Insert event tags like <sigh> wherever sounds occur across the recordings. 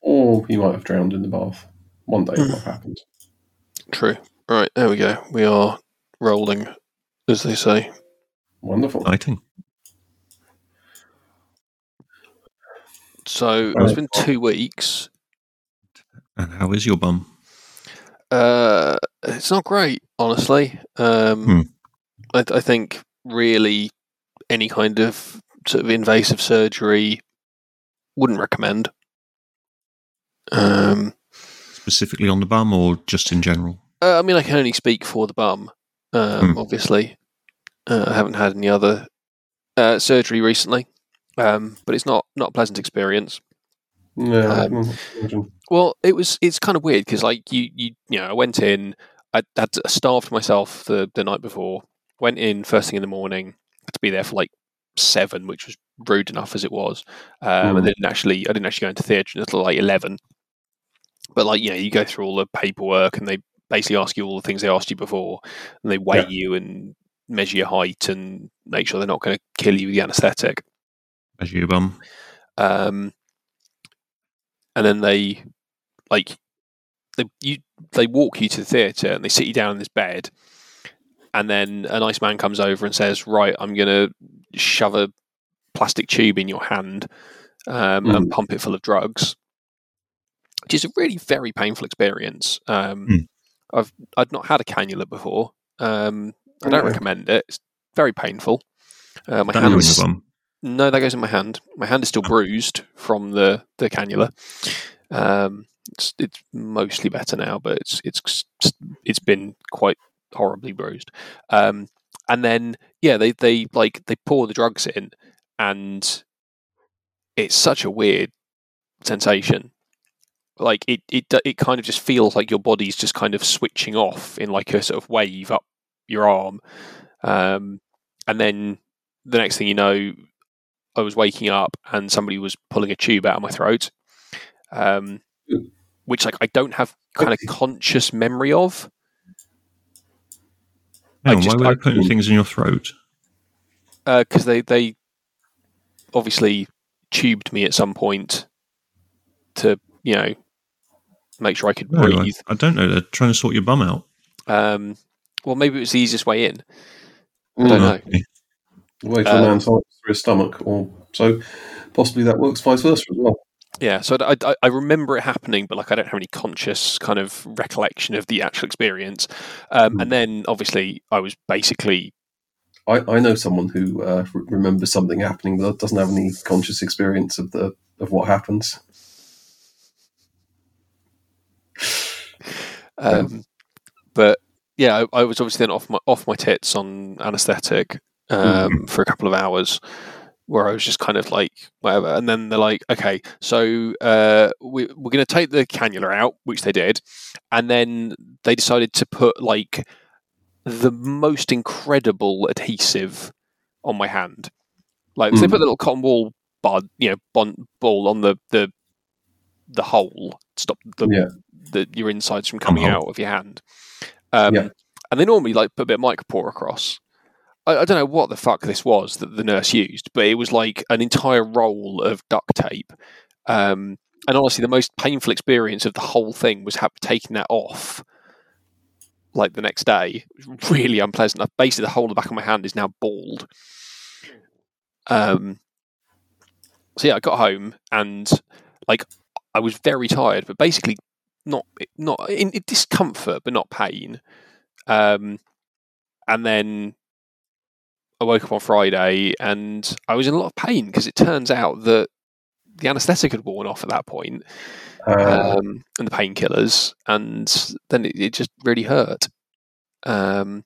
Or he might have drowned in the bath. One day it might have happened. True. Right, there we go. We are rolling, as they say. Wonderful. Exciting. So it's been two weeks. And how is your bum? Uh, it's not great, honestly. Um, Hmm. I, I think really any kind of sort of invasive surgery wouldn't recommend. Um, Specifically on the bum or just in general? Uh, I mean, I can only speak for the bum, um, Hmm. obviously. Uh, I haven't had any other uh, surgery recently, um, but it's not not a pleasant experience. Yeah, I Um, can imagine. Well, it was. It's kind of weird because, like, you you you know, I went in. I had starved myself the the night before. Went in first thing in the morning. Had to be there for like seven, which was rude enough as it was. Um, Hmm. And didn't actually, I didn't actually go into theatre until like eleven. But like, you know, you go through all the paperwork, and they basically ask you all the things they asked you before, and they weigh Yeah. you and measure your height and make sure they're not going to kill you with the anaesthetic. As your bum? Um, and then they like they you they walk you to the theatre and they sit you down in this bed, and then a nice man comes over and says, "Right, I'm going to shove a plastic tube in your hand um, Hmm. and pump it full of drugs," which is a really very painful experience. Um, Hmm. I've I'd not had a cannula before. Um, I don't Okay. recommend it. It's very painful. Uh, my Don't go in hands your bum. no, that goes in my hand. My hand is still bruised from the the cannula. Um, it's it's mostly better now, but it's it's it's been quite horribly bruised. Um, and then yeah, they they like they pour the drugs in, and it's such a weird sensation. Like it it do- it kind of just feels like your body's just kind of switching off in like a sort of wave up your arm, um, and then the next thing you know, I was waking up and somebody was pulling a tube out of my throat, um, which like I don't have kind of conscious memory of. I Hang on, just- why were I- they putting things in your throat? because they they obviously tubed me at some point to you know make sure I could No, I, breathe. I don't know. They're trying to sort your bum out. Um, well, maybe it was the easiest way in. I don't know. Okay. Wait till Uh, a man types through his stomach, or so possibly that works vice versa as well. Yeah, so I, I, I remember it happening, but like I don't have any conscious kind of recollection of the actual experience. Um, Hmm. And then obviously I was basically I, I know someone who uh, re- remembers something happening but doesn't have any conscious experience of the of what happens. Um, but yeah, I, I was obviously then off my off my tits on anaesthetic um, for a couple of hours, where I was just kind of like whatever. And then they're like, okay, so uh, we, we're going to take the cannula out, which they did, and then they decided to put like the most incredible adhesive on my hand. Like so they Mm. put the little cotton wool bud, you know, bon, ball on the the the hole, to stop the Yeah. Uh-huh. the your insides from coming Somehow. out of your hand. Um, Yeah. And they normally like put a bit of micropore across. I, I don't know what the fuck this was that the nurse used, but it was like an entire roll of duct tape. Um, and honestly, the most painful experience of the whole thing was ha- taking that off. Like the next day, It was really unpleasant. I've basically the whole of the back of my hand is now bald. Um, so yeah, I got home and like I was very tired, but basically not not in, in discomfort, but not pain. Um, and then I woke up on Friday and I was in a lot of pain because it turns out that the anaesthetic had worn off at that point, Uh, um, and the painkillers, and then it, it just really hurt. Um,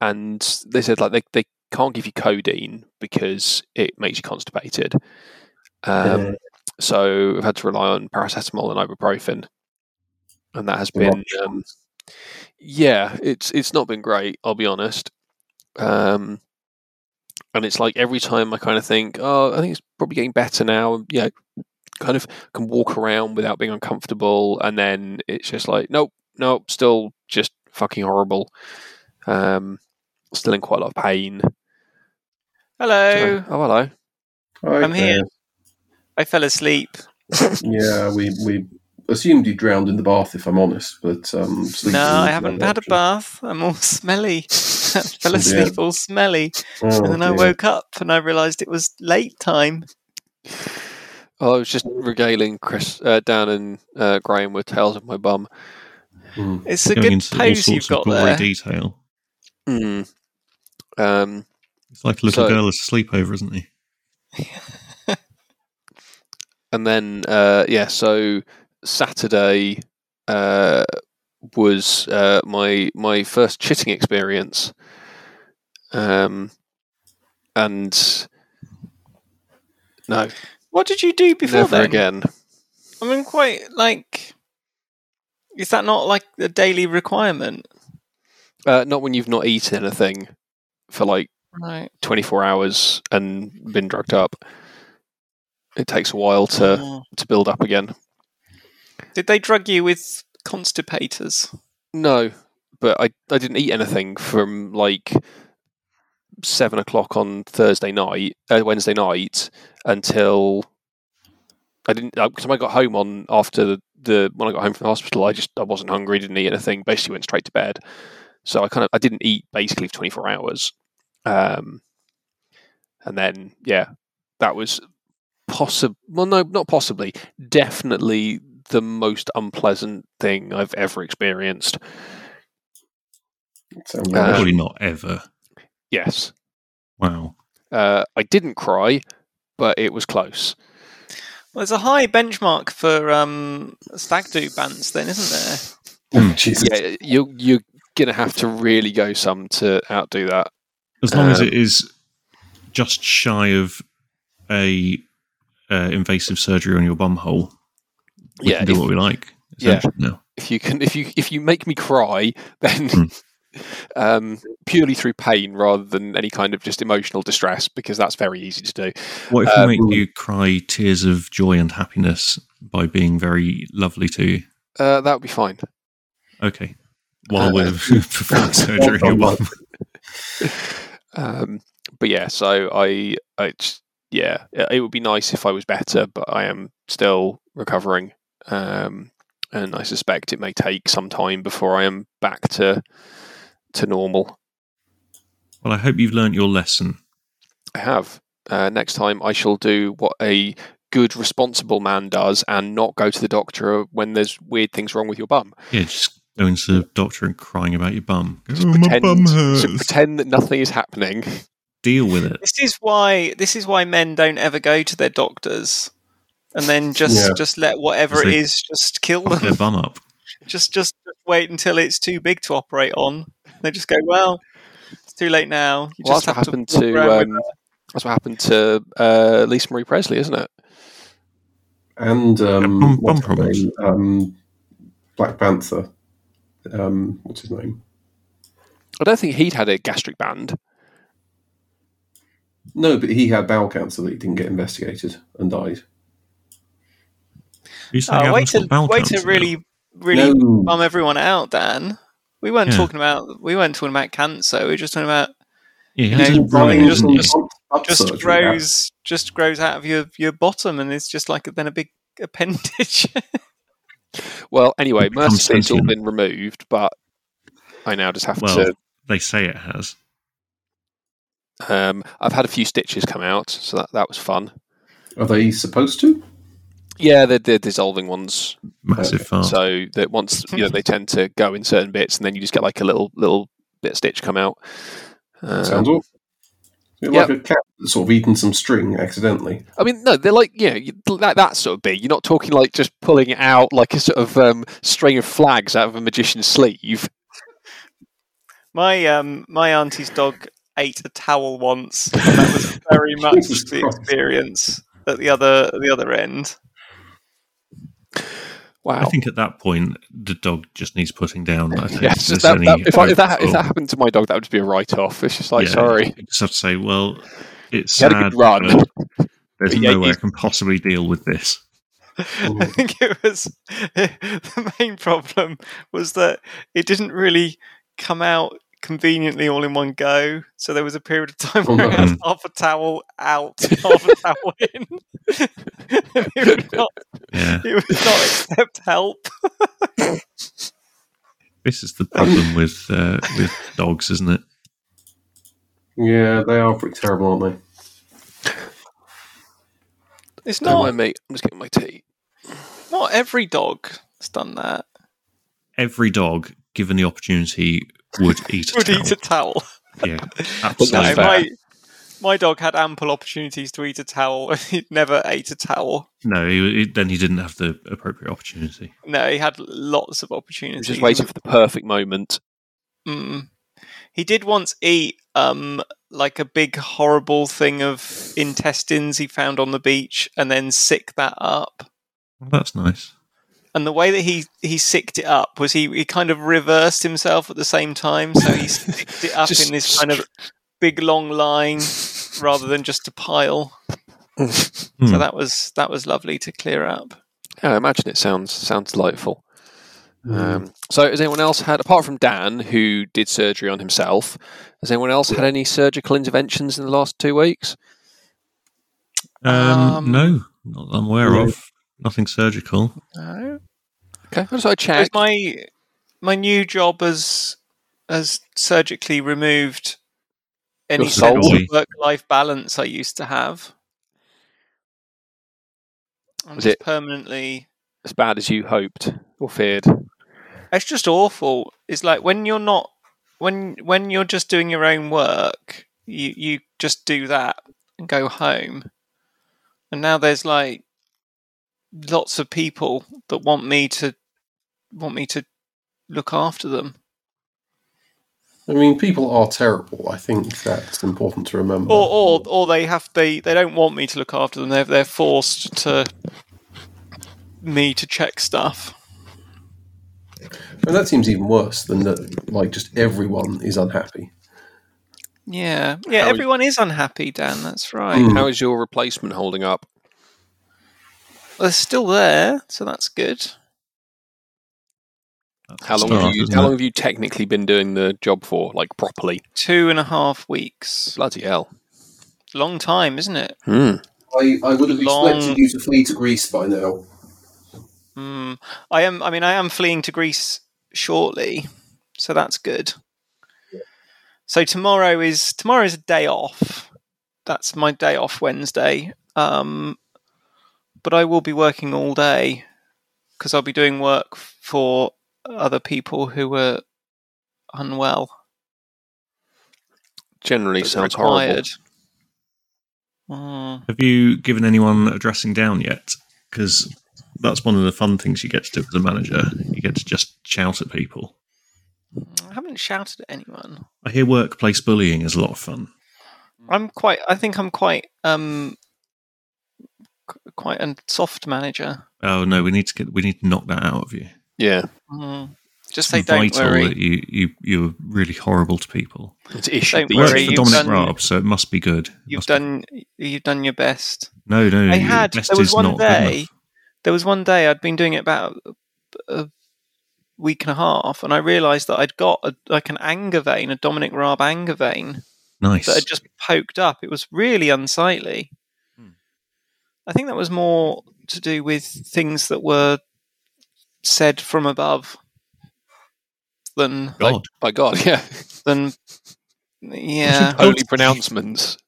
and they said like they, they can't give you codeine because it makes you constipated. Um, uh, so I've had to rely on paracetamol and ibuprofen, and that has Right. been um, yeah, it's it's not been great. I'll be honest, um, and it's like every time I kind of think, oh, I think it's probably getting better now. You know, kind of can walk around without being uncomfortable, and then it's just like, nope, nope, still just fucking horrible. Um, still in quite a lot of pain. So- Hello. oh hello. okay. I'm here. I fell asleep. Yeah, we we assumed you drowned in the bath. If I'm honest, but um, sleeping no, I is haven't another had a option. bath. I'm all <laughs> smelly. I fell asleep all smelly. Oh, and then I dear. woke up and I realised it was late time. Oh, I was just regaling Chris, uh, Dan, and uh, Graham with tales of my bum. Hmm. It's a going good into all pose you've sorts of got gory there. detail. Hmm. Mm. Um, It's like a little So- girl at a sleepover, isn't he? and then uh, yeah, so Saturday uh, was uh, my my first chitting experience, um, and no, What did you do before never then? again. I mean, quite like. Is that not like a daily requirement? Uh, not when you've not eaten anything for like Right. 24 hours and been drugged up. It takes a while Uh. to, Oh. to build up again. Did they drug you with constipators? No, but I, I didn't eat anything from like seven o'clock on Thursday night, uh, Wednesday night, until I didn't because I got home on after the, the when I got home from the hospital. I just I wasn't hungry, didn't eat anything. Basically, went straight to bed. So I kind of I didn't eat basically for twenty four hours, um, and then yeah, that was possible. Well, no, not possibly. Definitely the most unpleasant thing I've ever experienced. Sounds Uh, like- Probably not ever. Yes. Wow. Uh, I didn't cry, but it was close. <laughs> Well, there's a high benchmark for um, stag do bands, then, isn't there? Oh, <laughs> Jesus. Yeah, you you're gonna have to really go some to outdo that. As long as Um, it is just shy of a uh, invasive surgery on your bum hole, we yeah, can do if, what we like. yeah. essentially Now. if you can, if you if you make me cry, <laughs> then Hmm. um, purely through pain rather than any kind of just emotional distress, because that's very easy to do. What if Uh, we make you cry tears of joy and happiness by being very lovely to you? Uh, that would be fine. Okay. While Uh, <laughs> we're <laughs> performing surgery on your bum. Um, but yeah, so I, I j- yeah, it it would be nice if I was better, but I am still recovering, um, and I suspect it may take some time before I am back to to normal. Well, I hope you've learnt your lesson. I have uh, next time I shall do what a good responsible man does and not go to the doctor when there's weird things wrong with your bum. Yeah, just going to the doctor and crying about your bum. Go, Just "Oh, my bum hurts. so pretend that nothing is happening. Deal with it. This is why this is why men don't ever go to their doctors, and then just Yeah. just let whatever it They- is just kill Fuck them. their bum up. <laughs> just just wait until it's too big to operate on. They just go, well, it's too late now. You Well, just that's what have happened walk to. around with Um, that's what happened to uh, Lisa Marie Presley, isn't it? and um, bum- what's his bum problems. name? Um, Black Panther. Um, what's his name? I don't think he'd had a gastric band. No, but he had bowel cancer that he didn't get investigated and died. You saying Oh, Adam's way got to bowel way cancer to now? really really no, bum everyone out, Dan. We weren't Yeah. talking about we weren't talking about cancer. We were just talking about Yeah, he you know, didn't Brian really, just- didn't he? just- butt just surgery. grows just grows out of your your bottom, and it's just like then a big <laughs> appendage. Well, anyway, It becomes mercifully it's all sentient. been removed, but I now just have Well, to. they say it has. Um, I've had a few stitches come out, so that, that was fun. Are they supposed to? Yeah, they're, they're dissolving ones, Massive fart. so that once you know they tend to go in certain bits, and then you just get like a little little bit of stitch come out. Uh, Sounds awful. You're yeah. like a cat that's sort of eaten some string accidentally. I mean, no, they're like you know you, that, that sort of big. You're not talking like just pulling it out like a sort of um, string of flags out of a magician's sleeve. my um my auntie's dog ate a towel once. And that was very <laughs> much Jesus the Christ. experience at the other at the other end. <laughs> Wow. I think at that point the dog just needs putting down. <laughs> I think Yeah, if it's just there's that, any that- if, I, if, that, if hope that happened to my dog, that would just be a write off. It's just for- like, yeah, sorry, you Just have to say, well, it's He had sad. a good run. but There's But <laughs> yeah, no way I he's- can possibly deal with this. Mm. I think it was <laughs> the main problem was that it didn't really come out conveniently all in one go. So there was a period of time Oh, where I no. had half a towel out, <laughs> half a towel in. <laughs> it, would not, Yeah, it would not accept help. this is <laughs> the problem with uh, with dogs, isn't it? Yeah, they are pretty terrible, aren't they? It's Don't not mind me. I'm just getting my tea. not every dog has done that. Every dog, given the opportunity, would eat. A Would towel. eat a towel. No, Yeah, No, fair. absolutely. my, my dog had ample opportunities to eat a towel <laughs> and he never ate a towel. No, he, he- then he didn't have the appropriate opportunity. No, he had lots of I'm opportunities. just waiting for the perfect moment. Mm. He did once eat um like a big horrible thing of intestines he found on the beach and then sick that up. Well, that's nice. And the way that he he sicked it up was he, he kind of reversed himself at the same time, so he sicked it up Just in this kind of big long <laughs> line rather than just a pile. So Hmm. that was that was lovely to clear up. Yeah, I imagine it sounds sounds delightful. Mm. Um, so, has anyone else had, apart from Dan, who did surgery on himself, has anyone else had any surgical interventions in the last two weeks? Um, um, no, not that I'm aware No. of. Nothing surgical. No. Okay, I just thought I'd With check. my my new job has has surgically removed any Your sense of soul. work life balance I used to have. I'm Was just it- permanently As bad as you hoped or feared. it's just awful. It's like when you're not when when you're just doing your own work, you you just do that and go home. And now there's like lots of people that want me to want me to look after them. I mean, people are terrible. I think that's important to remember. or or or they have they they don't want me to look after them. They're they're forced to me to check stuff. and that seems even worse than that. Like, just everyone is unhappy. Yeah, yeah. How- everyone is unhappy, Dan. That's right. Mm. How is your replacement holding up? They're still there, so that's good. That's How a long start, have you isn't how it? long have you technically been doing the job for, like properly? Two and a half weeks. Bloody hell. Long time, isn't it? Hmm. I, I would have Long- expected you to flee to Greece by now. Mm. I am. I mean, I am fleeing to Greece shortly, so that's good. So tomorrow is tomorrow is a day off. That's my day off Wednesday. Um, but I will be working all day because I'll be doing work for other people who are unwell. Generally but sounds horrible. required. Mm. Have you given anyone a dressing down yet? Because that's one of the fun things you get to do as a manager. You get to just shout at people. Hmm. I haven't shouted at anyone. I hear workplace bullying is a lot of fun. I'm quite. I think I'm quite. Um, qu- quite a soft manager. Oh no, we need to get we need to knock that out of you. Yeah. Mm. Just It's say don't Mm-hmm. vital worry. that you, you you're really horrible to people. It's issue. Don't these Works worry, for days. you've Dominic done- Raab, so it must be good. It You've must be- done. You've done your best. no, no. I your had. best There was is one not good enough. day. There was one day I'd been doing it about a, a week and a half, and I realised that I'd got a, like an anger vein, a Dominic Raab anger vein Nice. that had just poked up. It was really unsightly. Hmm. I think that was more to do with things that were said from above than God, By God, yeah. <laughs> than yeah. Holy pronouncements.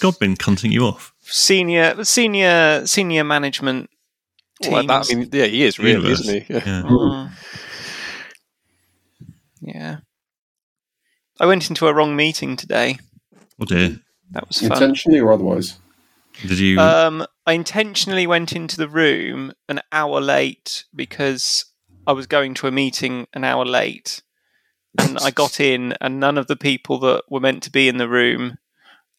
God been cunting you off. senior senior senior management teams. Well, that, I mean, yeah, he is really, Universe. isn't he? Yeah. Yeah. Mm. yeah. I went into a wrong meeting today. Oh dear. That was fun. Intentionally or otherwise? Did you? Um, I intentionally went into the room an hour late because I was going to a meeting an hour late, and I got in, and none of the people that were meant to be in the room.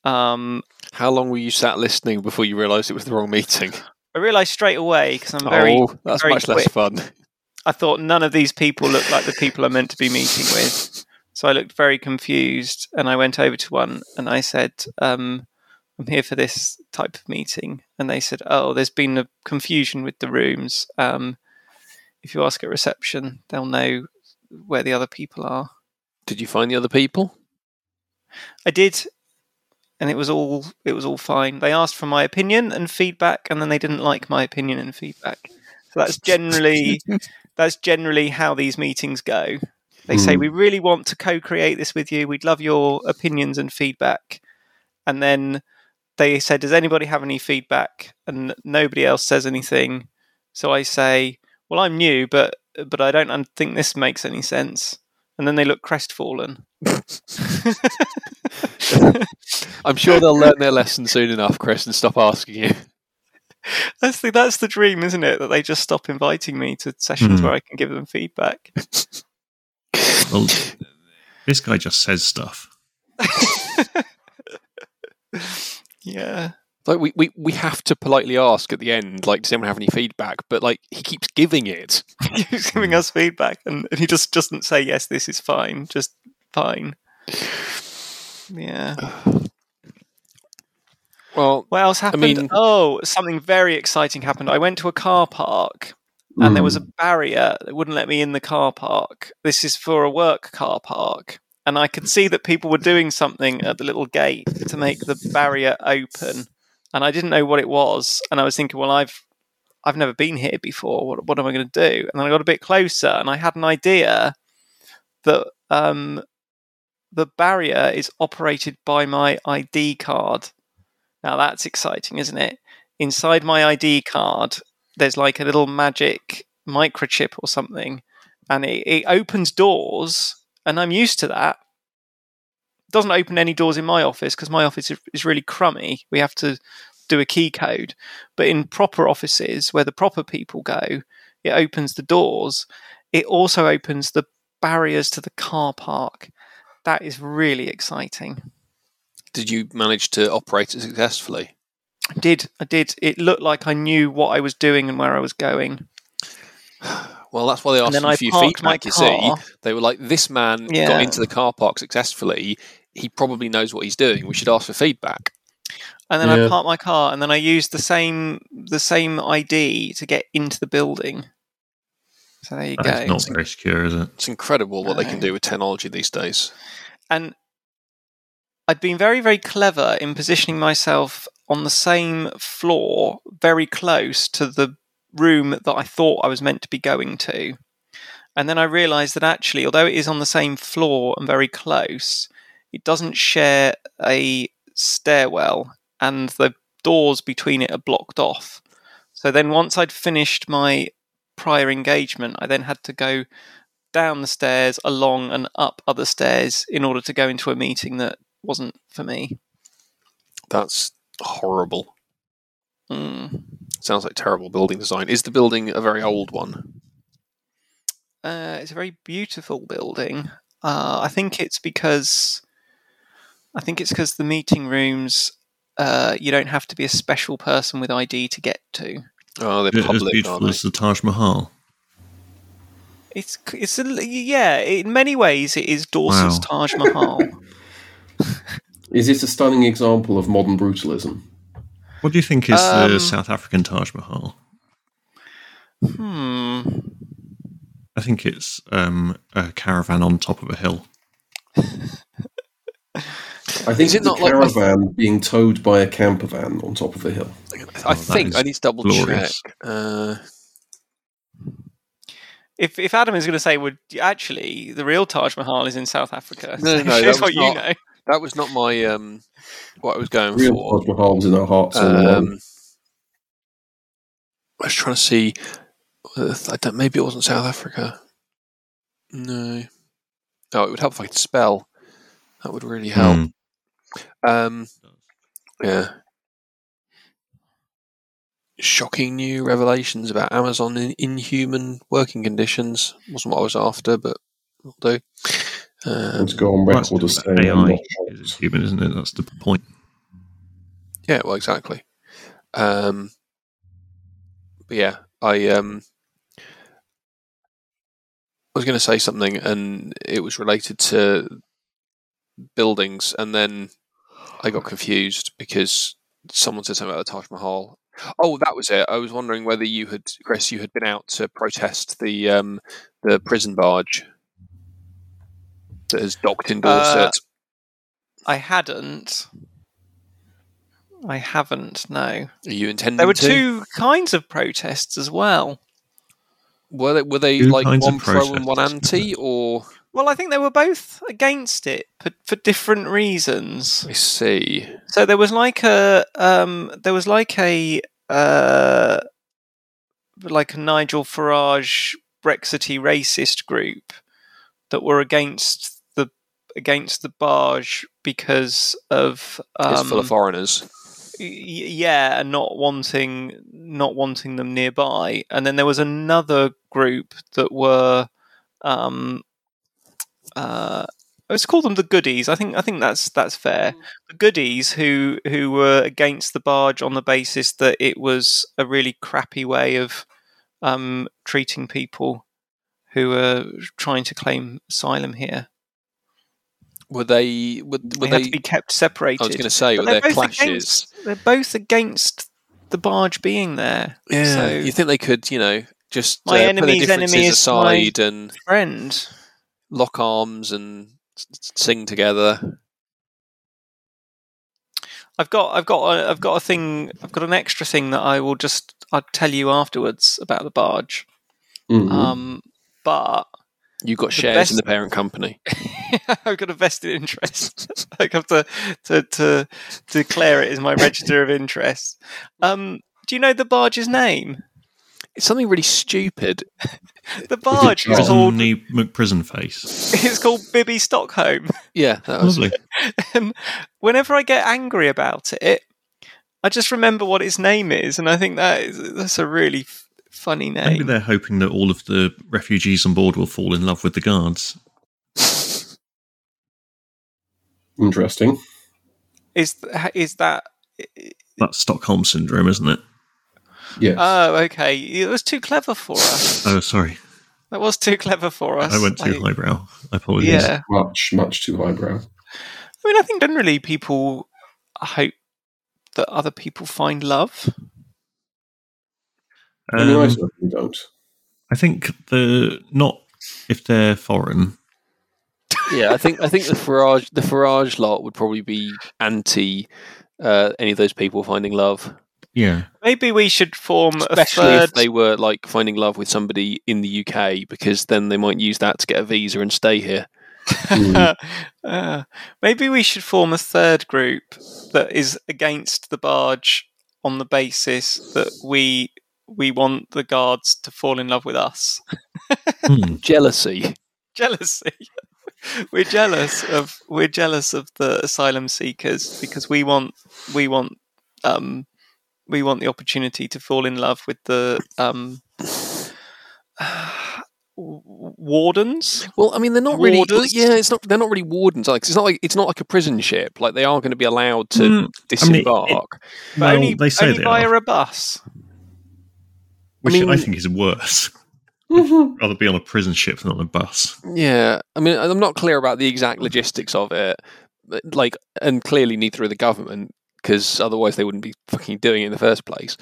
Um, How long were you sat listening before you realised it was the wrong meeting? I realised straight away because I'm very oh, that's very much less quick. fun. I thought none of these people look like the people I'm meant to be meeting with. So I looked very confused and I went over to one and I said, um, I'm here for this type of meeting. And they said, Oh, there's been a confusion with the rooms. Um, if you ask at reception, they'll know where the other people are. Did you find the other people? I did, and it was all it was all fine. They asked for my opinion and feedback, and then they didn't like my opinion and feedback. So that's generally that's generally how these meetings go. They say Hmm. we really want to co-create this with you. We'd love your opinions and feedback, and then they said, "Does anybody have any feedback?" And nobody else says anything. So I say, "Well, I'm new, but but I don't un- think this makes any sense." And then they look crestfallen. <laughs> I'm sure they'll learn their lesson soon enough, Chris, and stop asking you. <laughs> <laughs> That's the that's the dream, isn't it? That they just stop inviting me to sessions Hmm. where I can give them feedback. Well, this guy just says stuff. yeah. <laughs> Like we, we, we have to politely ask at the end, like, does anyone have any feedback? But like he keeps giving it. He's giving us feedback and, and he just doesn't say yes, this is fine, just fine. Yeah. Well, What else happened? mean- oh, something very exciting happened. I went to a car park and there was a barrier that wouldn't let me in the car park. This is for a work car park. And I could see that people were doing something at the little gate to make the barrier open. And I didn't know what it was. And I was thinking, well, I've I've never been here before. What, what am I going to do? And then I got a bit closer and I had an idea that um, the barrier is operated by my ID card. Now that's exciting, isn't it? Inside my ID card, there's like a little magic microchip or something, and it, it opens doors, and I'm used to that. It doesn't open any doors in my office because my office is- is really crummy. We have to do a key code. But in proper offices where the proper people go, it opens the doors. It also opens the barriers to the car park. That is really exciting. did you manage to operate it successfully? I did. I did. It looked like I knew what I was doing and where I was going. Well, that's why they asked And then you I for your parked my feedback, you see. car. They were like, this man Yeah. got into the car park successfully. He probably knows what he's doing. We should ask for feedback. and then Yeah. I parked my car, and then I used the same the same ID to get into the building. So there you That's go. not very secure, is it? It's incredible what they can No. do with technology these days. and I'd been very very clever in positioning myself on the same floor, very close to the room that I thought I was meant to be going to. And then I realised that actually, although it is on the same floor and very close, it doesn't share a stairwell, and the doors between it are blocked off. So then, once I'd finished my prior engagement, I then had to go down the stairs, along and up other stairs in order to go into a meeting that wasn't for me. That's horrible. Mm. Sounds like terrible building design. Is the building a very old one? Uh, it's a very beautiful building. Uh, I think it's because I think it's because the meeting rooms. Uh, you don't have to be a special person with ID to get to. Oh, they're Is it as public, beautiful aren't they? as the Taj Mahal? It's it's a, yeah. In many ways, it is Dawson's Wow. Taj Mahal. Hmm. Is this a stunning example of modern brutalism? What do you think is the Um, South African Taj Mahal? hmm. I think it's um, a caravan on top of a hill. I think Is it the not like- caravan being towed by a camper van on top of a hill. I Oh, that think is I need to double glorious. check. Uh, If if Adam is going to say, would actually the real Taj Mahal is in South Africa? No, no, <laughs> that shows was what you not- know. that was not my um, what I was going Real for. Taj Mahal's in our hearts all along. Um, I was trying to see. whether- I don't, maybe it wasn't South Africa. No. Oh, it would help if I could spell. That would really help. Hmm. Um, yeah. Shocking new revelations about Amazon in inhuman working conditions. Wasn't what I was after, but will do. Um, Let's go on Well, that's record as still saying I'm AI not is it's human, isn't it? That's the point. Yeah, well, exactly. Um, but yeah, I um, was going to say something, and it was related to buildings, and then I got confused because someone said something about the Taj Mahal. Oh, that was it. I was wondering whether you had, Chris, you had been out to protest the um, the prison barge. that has docked in Uh, Dorset? I hadn't. I haven't. No, Are you intending? there were to? two kinds of protests as well. Were they, were they Two like kinds of one pro and one protests. anti, or Well, I think they were both against it, but for different reasons. I see? So there was like a um, there was like a uh, like a Nigel Farage Brexity racist group that were against the against the barge because of um, it's full of foreigners. y- yeah, and not wanting not wanting them nearby. And then there was another group that were, um, uh, let's call them the goodies. I think I think that's that's Mm. fair. The goodies who who were against the barge on the basis that it was a really crappy way of um, treating people who are trying to claim asylum here. Were they? Were, were they had they? to be kept separated. I was going to say, were But they're there both clashes? Against, they're both against the barge being there. Yeah, So- you think they could, you know, just My uh, put their enemy's differences enemy is my- aside and Friend. lock arms and s- s- sing together? I've got I've got a, I've got a thing I've got an extra thing that I will just I'll tell you afterwards about the barge. Mm-hmm. Mhm. Um but <laughs> You got The shares best- in the parent <laughs> company. I've got a vested interest. <laughs> I have to, to to declare it as my register of interest. Um do you know the barge's name? It's something really stupid. The barge is John? called <laughs> Johnny McPrison face. it's called Bibby Stockholm. Yeah, that was, Lovely. and Um, whenever I get angry about it, I just remember what its name is, and I think that is that's a really f- funny Maybe name. they're hoping that all of the refugees on board will fall in love with the guards. Interesting. Is th- is that? That's Stockholm syndrome, isn't it? Yes. Oh, okay. It was too <laughs> clever for us. Oh, sorry, That was too clever for us. I went too I- highbrow. I apologize. Yeah, much, much too highbrow. I mean, I think generally people hope that other people find love. I mean, I Um, certainly don't. <laughs> I think the not if they're foreign. <laughs> yeah. I think I think the Farage the Farage lot would probably be anti uh, any of those people finding love, Yeah, Maybe we should form especially a third. if they were like finding love with somebody in the UK, because then they might use that to get a visa and stay here. Mm. <laughs> Uh, maybe we should form a third group that is against the barge on the basis that we we want the guards to fall in love with us. <laughs> Hmm. Jealousy. Jealousy. <laughs> we're jealous of we're jealous of the asylum seekers because we want we want um we want the opportunity to fall in love with the um <sighs> w- wardens. Well, I mean, they're not really. Warders? Yeah, it's not. They're not really wardens. Like, 'cause it's not like it's not like a prison ship. Like, they are going to be allowed to Mm, mean, it- disembark. But only, they say only they via are, a bus. which I, I mean- think is worse. Rather be on a prison ship than on a bus. yeah, I mean, I'm not clear about the Mm. exact logistics of it. but, Like, and clearly neither of the government, because otherwise they wouldn't be fucking doing it in the first place.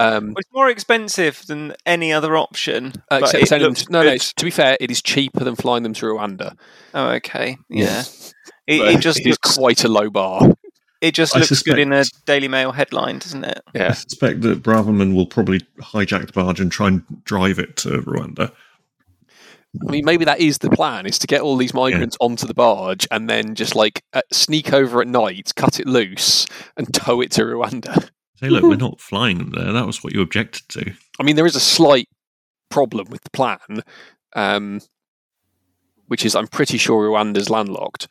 Um, Well, It's more expensive than any other option. uh, but except it sending them looks to- no, no. good. it's- To be fair, it is cheaper than flying them to Rwanda. Oh, okay. Yeah. Yeah. It, but it just it is looks quite a low bar. it just I looks good in a suspect- Daily Mail headline, doesn't it? I Yeah, suspect that Braverman will probably hijack the barge and try and drive it to Rwanda. I mean, maybe that is the plan: is to get all these migrants onto the barge and then just like uh, sneak over at night, cut it loose, and tow it to Rwanda. Say, look, we're not flying them there. That was what you objected to. I mean, there is a slight problem with the plan, um, which is I'm pretty sure Rwanda's landlocked.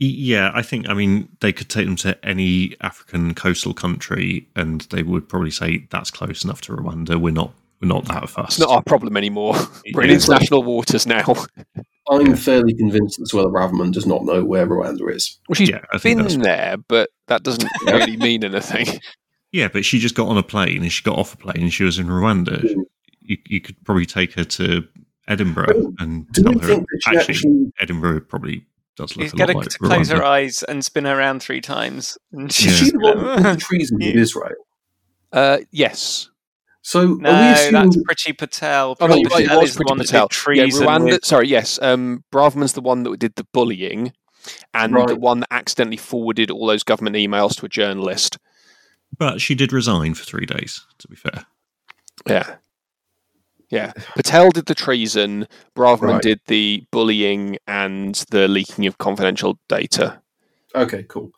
Y- Yeah, I think. I mean, they could take them to any African coastal country, and they would probably say that's close enough to Rwanda. We're not. We're not that It's fast. not our problem anymore. <laughs> We're in Yeah. international waters now, <laughs> I'm Yeah. fairly convinced that Swella Braverman does not know where Rwanda is. well, she's yeah, I think been that's. there, but that <laughs> doesn't Yeah. really mean anything. Yeah, but she just got on a plane and she got off a plane and she was in Rwanda. Mm. You, you could probably take her to Edinburgh and Do tell you her think that she actually, actually? Edinburgh probably does look He's a lot going like to close Rwanda. her eyes and spin around three times. And Yeah. Is she's <laughs> she the one who did the treason with Israel? Uh, yes, So No, are we assuming that's Priti Patel. Oh, no, Priti you're right, it Patel was is the Priti one Patel. that did treason. yeah, Rwanda. with- Sorry, yes. Um, Braverman's the one that did the bullying, and the Right. one that accidentally forwarded all those government emails to a journalist. But she did resign for three days, to be fair. Yeah, yeah. Patel did the treason. Braverman Right. did the bullying and the leaking of confidential data. Okay, cool.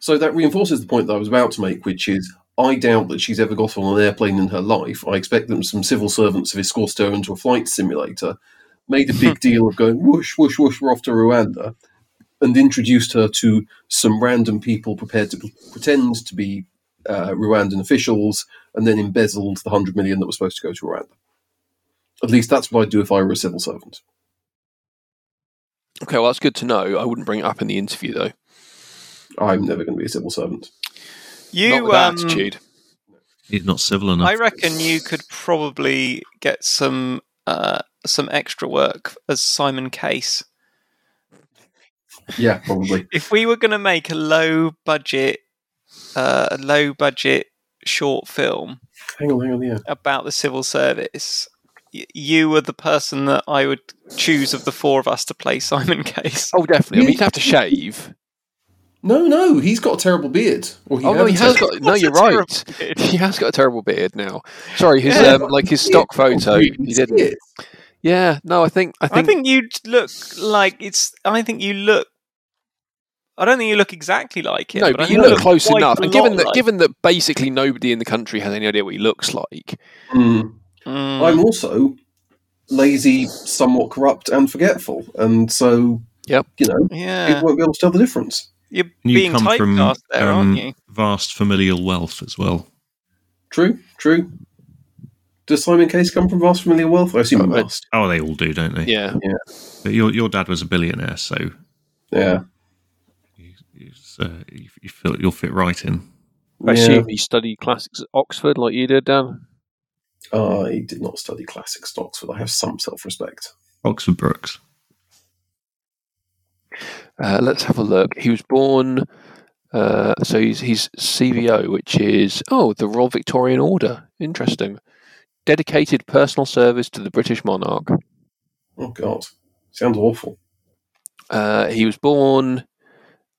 So that reinforces the point that I was about to make, which is I doubt that she's ever got on an airplane in her life. I expect them some civil servants have escorted her into a flight simulator, <laughs> made a big deal of going whoosh, whoosh, whoosh, we're off to Rwanda, and introduced her to some random people prepared to p- pretend to be uh, Rwandan officials, and then embezzled the hundred million that was supposed to go to Rwanda. At least that's what I'd do if I were a civil servant. Okay, well that's good to know. I wouldn't bring it up in the interview though. I'm never going to be a civil servant. Not You, with that um, attitude. He's not civil enough. I reckon you could probably get some uh, some extra work as Simon Case. Yeah, probably. If we were going to make a low budget, uh, a low budget short film hang on, hang on, yeah. about the civil service, y- you were the person that I would choose of the four of us to play Simon Case. Oh, definitely. I mean, Yeah. you'd have to shave. No, no, he's got a terrible beard. Or he oh no, he had a has ter- got. No, That's a you're right. terrible beard. He has got a terrible beard now. Sorry, his Yeah. um, like his stock photo. You can He see didn't. it. Yeah, no, I think I I think, think you look like it's. I think you look. I don't think you look exactly like it. no, I but think you look close quite enough. a And given lot that like- given that basically nobody in the country has any idea what he looks like, Mm. Mm. I'm also lazy, somewhat corrupt, and forgetful, and so Yep. you know, yeah, people won't be able to tell the difference. you're And being typecast there, um, aren't you? vast familial wealth as well. True, true. Does Simon Case come from vast familial wealth? I assume he Uh, must. Oh, they all do, don't they? yeah, But your your dad was a billionaire, so Yeah, you, he's, uh, you, you feel you'll fit right in. I yeah. assume he studied classics at Oxford like you did, Dan. I did not study classic stocks, but I have some self-respect. Oxford Brooks. Uh, let's have a look. He was born. Uh, so he's he's CVO, which is oh the Royal Victorian Order. Interesting. Dedicated personal service to the British monarch. Oh God, sounds awful. Uh, he was born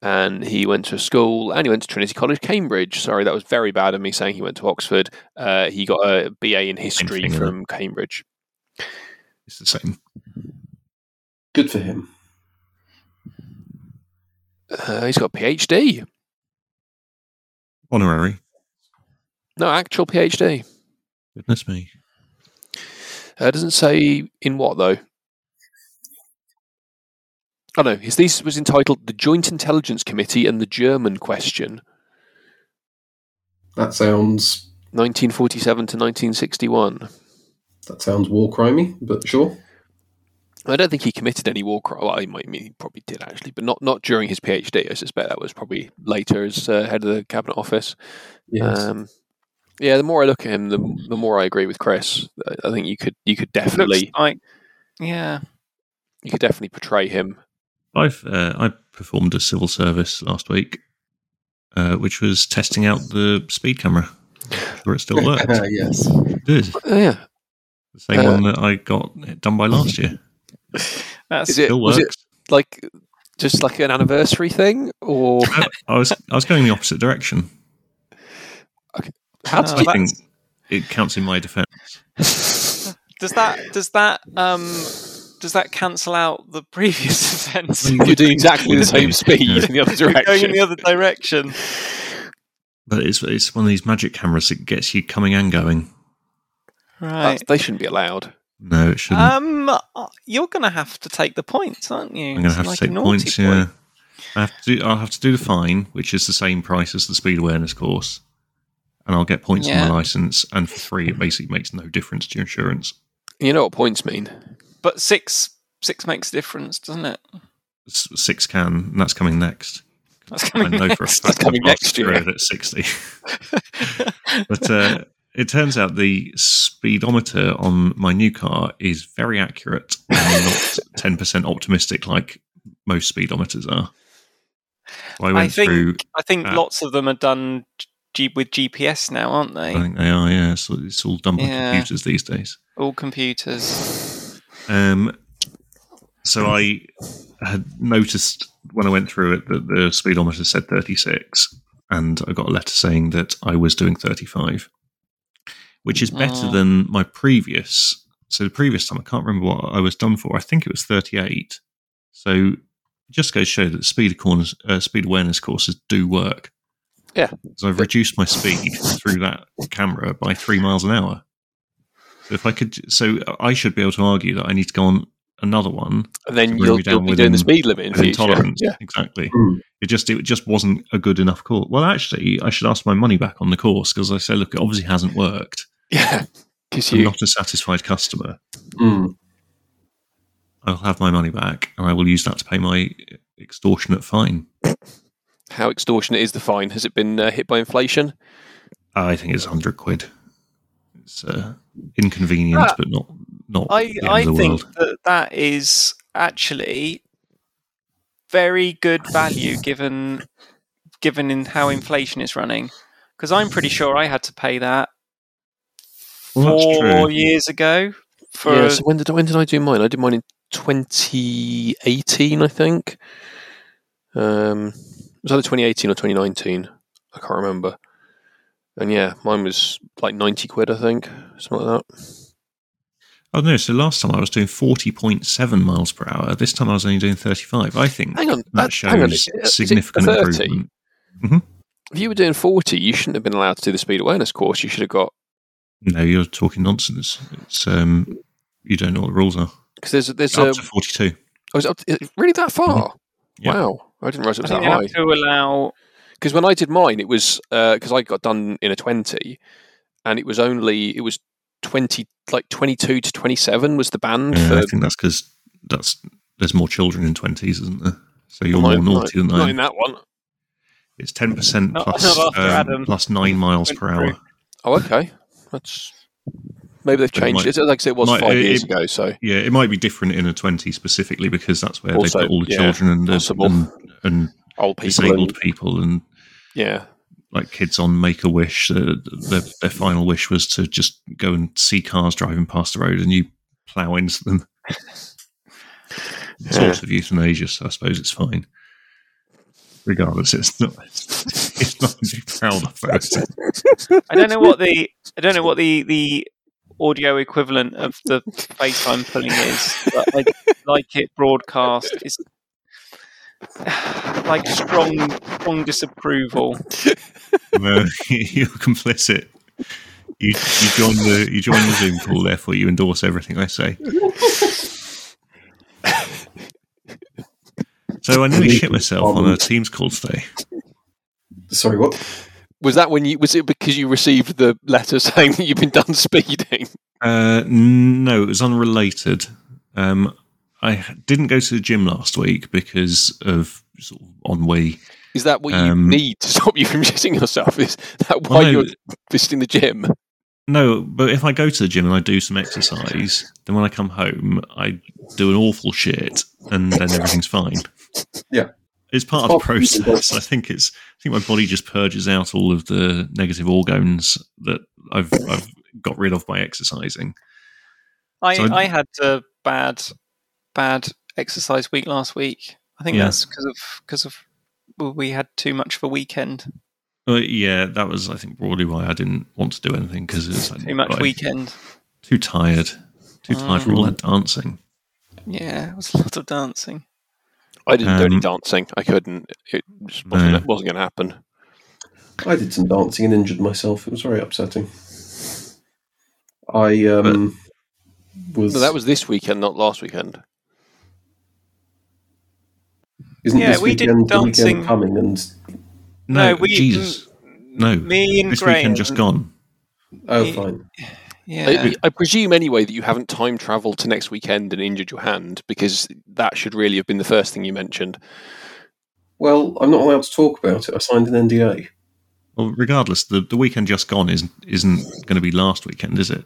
and he went to school and he went to Trinity College, Cambridge. Sorry, that was very bad of me saying he went to Oxford. Uh, he got a BA in history thing, isn't from Cambridge. It's the same. Good for him. Uh, he's got a PhD. Honorary. No, actual PhD. Goodness me. Uh, doesn't say in what, though. Oh, no. His thesis was entitled The Joint Intelligence Committee and the German Question, That sounds 1947 to 1961. that sounds war crimey, but sure. I don't think he committed any war crime. Well, he might I mean he probably did actually, but not not during his PhD. I suspect that was probably later as uh, head of the cabinet office. Yes. Um, yeah, the more I look at him, the, the more I agree with Chris. I- I think you could you could Looks definitely like, yeah. you could definitely portray him. I've uh, I performed a civil service last week, uh, which was testing out the speed camera. Sure, <laughs> it still worked. <laughs> yes. Good. Uh, yeah, The same Uh, one that I got done by last year. That's is it Still was works. it like just like an anniversary thing, or No, I was I was going the opposite direction. how did Oh, I you? <laughs> that- think it counts in my defence. does that does that um does that cancel out the previous <laughs> events? You're doing exactly the same speed in the other Going in direction. the other direction. But it's it's one of these magic cameras that gets you coming and going. Right. That's, they shouldn't be allowed. No, it shouldn't. Um, you're going to have to take the points, aren't you? I'm going to It's have like to a take naughty points. point. Yeah, I have to do. I'll have to do the fine, which is the same price as the speed awareness course, and I'll get points on Yeah. my license. And for free, it basically makes no difference to your insurance. You know what points mean? But six six makes a difference, doesn't it? <laughs> S- Six can, and that's coming next. That's I coming know for a next. fact I've coming passed next year. through it at sixty. But uh, it turns out the speedometer on my new car is very accurate and not 10% optimistic like most speedometers are. So I went think- <laughs> through. I think Ah. lots of them are done G- with GPS now, aren't they? I think they are. Yeah, so it's all done by Yeah. computers these days. All computers. Um, so I had noticed when I went through it that the speedometer said 36, and I got a letter saying that I was doing 35, which is better Oh. than my previous. So the previous time, I can't remember what I was done for. I think it was 38. So it just goes to show that speed corners, uh, speed awareness courses do work. Yeah. So I've reduced my speed through that camera by three miles an hour. So if I could, so I should be able to argue that I need to go on another one And then Bring you'll, me down you'll be doing within- the speed limit in with future. tolerance. Yeah. <laughs> Hmm. Exactly. Mm. It just it just wasn't a good enough call. Well, actually, I should ask my money back on the course because I say, look, it obviously hasn't worked. Yeah. Because I'm you. not a satisfied customer. Mm. I'll have my money back, and I will use that to pay my extortionate fine. How extortionate is the fine? Has it been uh, hit by inflation? I think it's hundred quid. It's uh, inconvenient, Ah, but not not I, the end I of the think world. that that is actually very good value given given in how inflation is running. Because I'm pretty sure I had to pay that Well, that's four true. years ago for yeah. So when did I- when did I do mine? I did mine in 2018, I think. Um, it was either 2018 or 2019. I can't remember. And yeah, mine was like 90 quid, I think, something like that. Oh no! So last time I was doing forty point seven miles per hour. This time I was only doing thirty-five. I think Hang on, that that- Uh, hang on, shows is it- is it significant 30? improvement. If you were doing 40, you shouldn't have been allowed to do the speed awareness course. You should have got No, you're talking nonsense. It's um, you don't know what the rules are. because there's there's a Up to forty-two. I was up to, really that far. Yeah. Wow, I didn't realize it was I that think they high. have to allow Because when I did mine, it was because I got done in a twenty, and it was only it was twenty like twenty two to twenty seven was the band Yeah, for I think that's because that's there's more children in twenties, isn't there? So you're Not- more naughty not, than not I. in am. that one. It's ten percent Not- plus not after um, Adam plus nine miles went per hour. through. Oh, okay, that's maybe they've It changed might- it. Like I said, it was might- five it- years it- ago. So Yeah, it might be different in a twenty specifically because that's where Also, they've got all the yeah, children and, possible. and and old people, disabled and, people and yeah, like kids on Make a Wish, uh, their, their final wish was to just go and see cars driving past the road and you plow into them. It's Yeah. Sort of euthanasia, so I suppose it's fine. Regardless, it's not. It's not to be proud of. Though. I don't know what the I don't know what the the audio equivalent of the FaceTime pulling is, but I like it broadcast. It's <sighs> like strong strong disapproval. No, <laughs> you're complicit. You, you join the you join the Zoom call, therefore you endorse everything I say. So I nearly shit myself on a Teams call today. Sorry, what? was that when you was it because you received the letter <laughs> saying that you've been done speeding? Uh, no, it was unrelated. Um, I h- didn't go to the gym last week because of sort of ennui. Is that what you Um, need to stop you from <laughs> shitting yourself? Is that Well, why no, you're visiting the gym? no, but if I go to the gym and I do some exercise, then when I come home, I do an awful shit, and then everything's fine. Yeah. it's part of the process. I think it's. I think my body just purges out all of the negative organs that I've I've got rid of by exercising. I So- I had a bad bad exercise week last week. I think Yeah. that's because of because of well, we had too much of a weekend, Uh, yeah, that was I think broadly why I didn't want to do anything because it's like, too much like, weekend. too tired, too tired from all that Mm. dancing. Yeah, it was a lot of dancing. I didn't do any Um, dancing. I couldn't. It just wasn't, No. it wasn't going to happen. I did some dancing and injured myself. It was very upsetting. I um, was, No, that was this weekend, not last weekend. Isn't Yeah, this we did weekend the dancing. weekend coming? And No, No, we- Jesus, no. Me and this Graham. weekend just gone. oh, Yeah. fine. I- Yeah. I, I presume anyway that you haven't time travelled to next weekend and injured your hand because that should really have been the first thing you mentioned. Well, I'm not allowed to talk about it. I signed an NDA. Well, regardless, the, the weekend just gone isn't isn't going to be last weekend, is it?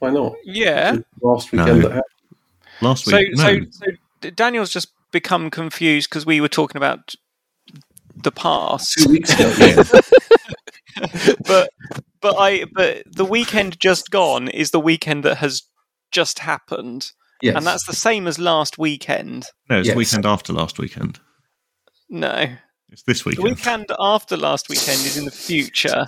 Why not? Yeah. Last No. weekend that happened. Last So, week, no. so, so D- Daniel's just become confused because we were talking about the past. <laughs> Two weeks ago. Yeah. but but I but the weekend just gone is the weekend that has just happened, Yes. and that's the same as last weekend. No, it's Yes. weekend after last weekend. No, It's this the weekend. weekend after last weekend is in <laughs> the future.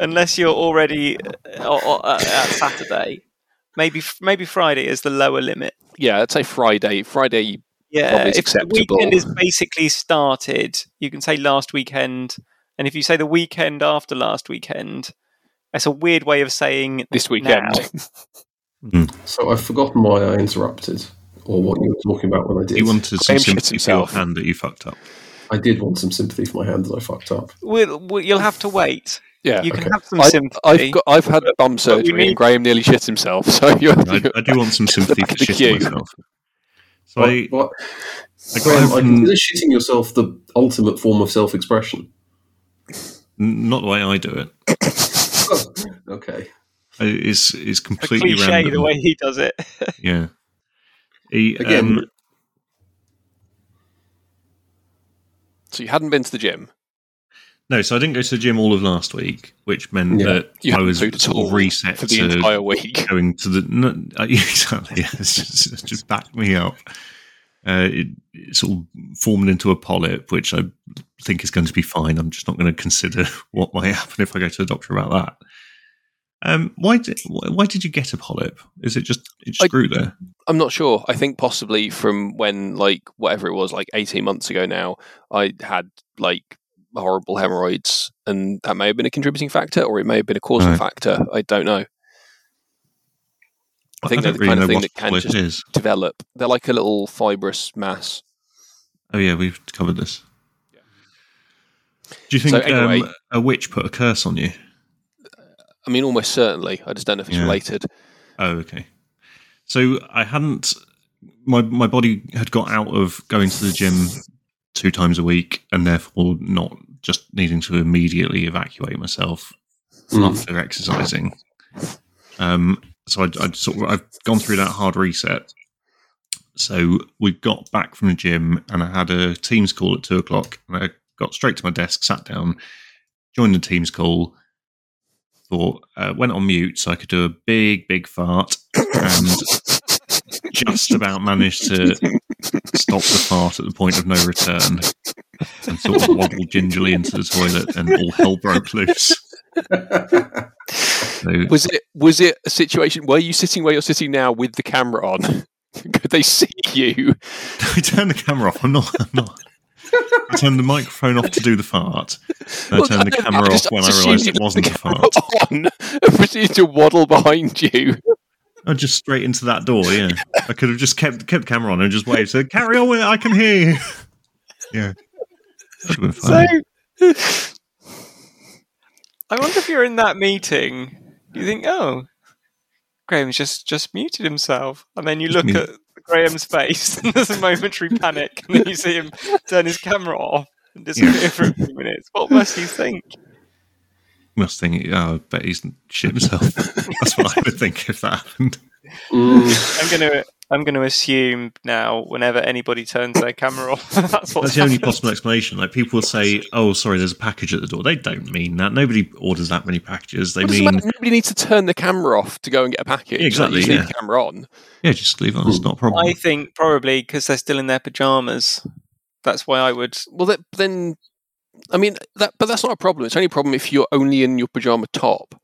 Unless you're already uh, or- uh, at Saturday, maybe maybe Friday is the lower limit. Yeah, I'd say Friday. Friday. Yeah, Probably is if the acceptable. weekend is basically started, you can say last weekend, and if you say the weekend after last weekend, that's a weird way of saying This weekend. now. So I've forgotten why I interrupted or what you were talking about when I did. He wanted some Graham shits sympathy for your himself. hand that you fucked <laughs> up. I did want some sympathy for my hand that I fucked up. We'll, we you'll have to wait. <laughs> Yeah. you can have some I, sympathy. I've got. I've had bum surgery, need- and Graham nearly shit himself. <laughs> So you. I, I do want some sympathy Back for of the shitting <laughs> queue. myself. So I, What- I got Graham, home I from, consider shitting yourself the ultimate form of self-expression. <laughs> not the way I do it. Oh, okay. I- It's it's a completely cliche random. the way he does it. <laughs> Yeah. He, Again, um, So you hadn't been to the gym. no, so I didn't go to the gym all of last week, which meant Yeah. that You I hadn't was food at sort all of reset for the to entire week. going to the no, <laughs> uh, yeah, exactly. Yeah, it's just, it's just backed me up. Uh, it, it sort of formed into a polyp, which I think is going to be fine. I'm just not going to consider <laughs> what might happen if I go to the doctor about that. Um, why did why, why did you get a polyp? Is it just it just I- grew there? I'm not sure. I think possibly from when, like, whatever it was, like 18 months ago now, I had, like, horrible hemorrhoids, and that may have been a contributing factor or it may have been a causal Right. factor. I don't know. I think don't they're the kind of thing what that can polyp just is. develop. They're like a little fibrous mass. Oh yeah, we've covered this. Do you think So anyway- um, a witch put a curse on you? I mean, almost certainly. I just don't know if it's Yeah. related. Oh, okay. So I hadn't my my body had got out of going to the gym two times a week and therefore not just needing to immediately evacuate myself mm, after exercising. Um, so I, I sort of I've gone through that hard reset. So we got back from the gym and I had a Teams call at two o'clock and I got straight to my desk, sat down, joined the Teams call, thought uh, went on mute so I could do a big big fart and just about managed to stop the fart at the point of no return and sort of waddled gingerly into the toilet and all hell broke loose. So Was it was it a situation? Were you sitting where you're sitting now with the camera on? <laughs> Could they see you? I turned the camera off. I'm not. I'm not. I turned the microphone off to do the fart. and I Well, turned the don't know, camera I off just- when I just realised assumed it you wasn't a left the fart. camera on <laughs> and proceeded to waddle behind you. I Oh, just straight into that door. Yeah, I could have just kept kept the camera on and just waved. Said, "Carry on with it. I can hear you." Yeah, should have been So, fine. I wonder if you're in that meeting, you think, oh, Graham's just just muted himself, and then you Just look mute. at Graham's face, <laughs> and there's a momentary panic, and then you see him turn his camera off and disappear for a few minutes. What must you think? Must think. Oh, I bet he's shit himself. That's what I would think if that happened. mm, I'm gonna I'm gonna assume now, whenever anybody turns their camera off, <laughs> that's what's That's the only happened. possible explanation. Like people will say, "Oh, sorry, there's a package at the door." They don't mean that. Nobody orders that many packages. They What does it mean, matter? Nobody needs to turn the camera off to go and get a package. Exactly, You just yeah. leave the camera on. "Yeah, just leave it on. It's not a problem." I think probably because they're still in their pajamas. That's why I would. Well, that, then, I mean, that, but that's not a problem. It's only a problem if you're only in your pajama top,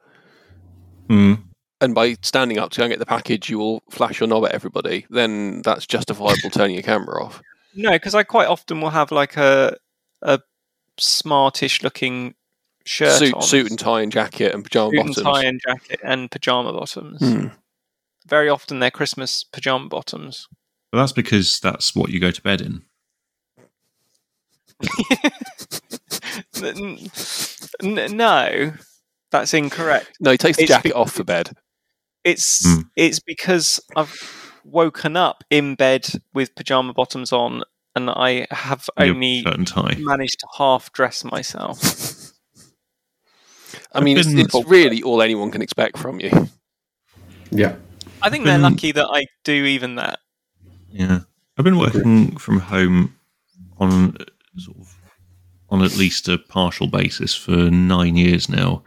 Hmm. and by standing up to go and get the package, you will flash your knob at everybody. Then that's <laughs> justifiable turning your camera off. No, because I quite often will have like a a smartish looking shirt suit, on, suit and tie and jacket and pajama Suit and bottoms. tie and jacket and pajama bottoms. Hmm. Very often they're Christmas pajama bottoms. But that's because that's what you go to bed in. N- n- no, that's incorrect. No, he takes the It's jacket be- off for bed. It's Hmm. it's because I've woken up in bed with pajama bottoms on, and I have Your only shirt and tie. managed to half dress myself. I mean, it's, been- it's really all anyone can expect from you. yeah. I think they're Hmm. lucky that I do even that. Yeah, I've been working from home on uh, sort of on at least a partial basis for nine years now,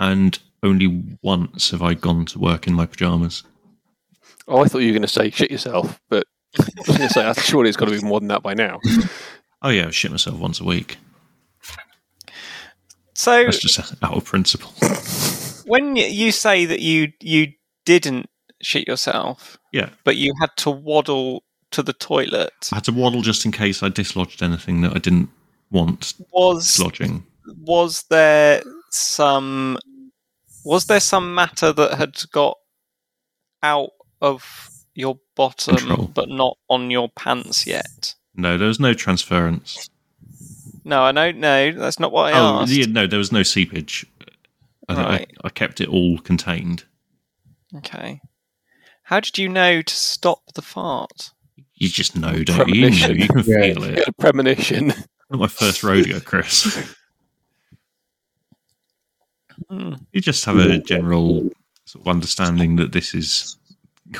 and only once have I gone to work in my pajamas. Oh, I thought you were going to say shit yourself, but <laughs> I was going to say I- surely it's got to be more than that by <laughs> now. Oh yeah, I shit myself once a week. So That's just <laughs> out of principle. when y- you say that you you didn't shit yourself, Yeah. but you had to waddle to the toilet, I had to waddle just in case I dislodged anything that I didn't want was dislodging. was there some was there some matter that had got out of your bottom Control. but not on your pants yet? No, there was no transference. No, I know. No, that's not what I Oh, asked. yeah, no, there was no seepage. I, I- Right. I, kept it all contained. Okay. How did you know to stop the fart? You just know, don't you? You, know, Premonition. you <laughs> can Yeah. feel it. Bit of premonition. Not my first rodeo, Chris. Hmm. You just have a general sort of understanding that this is,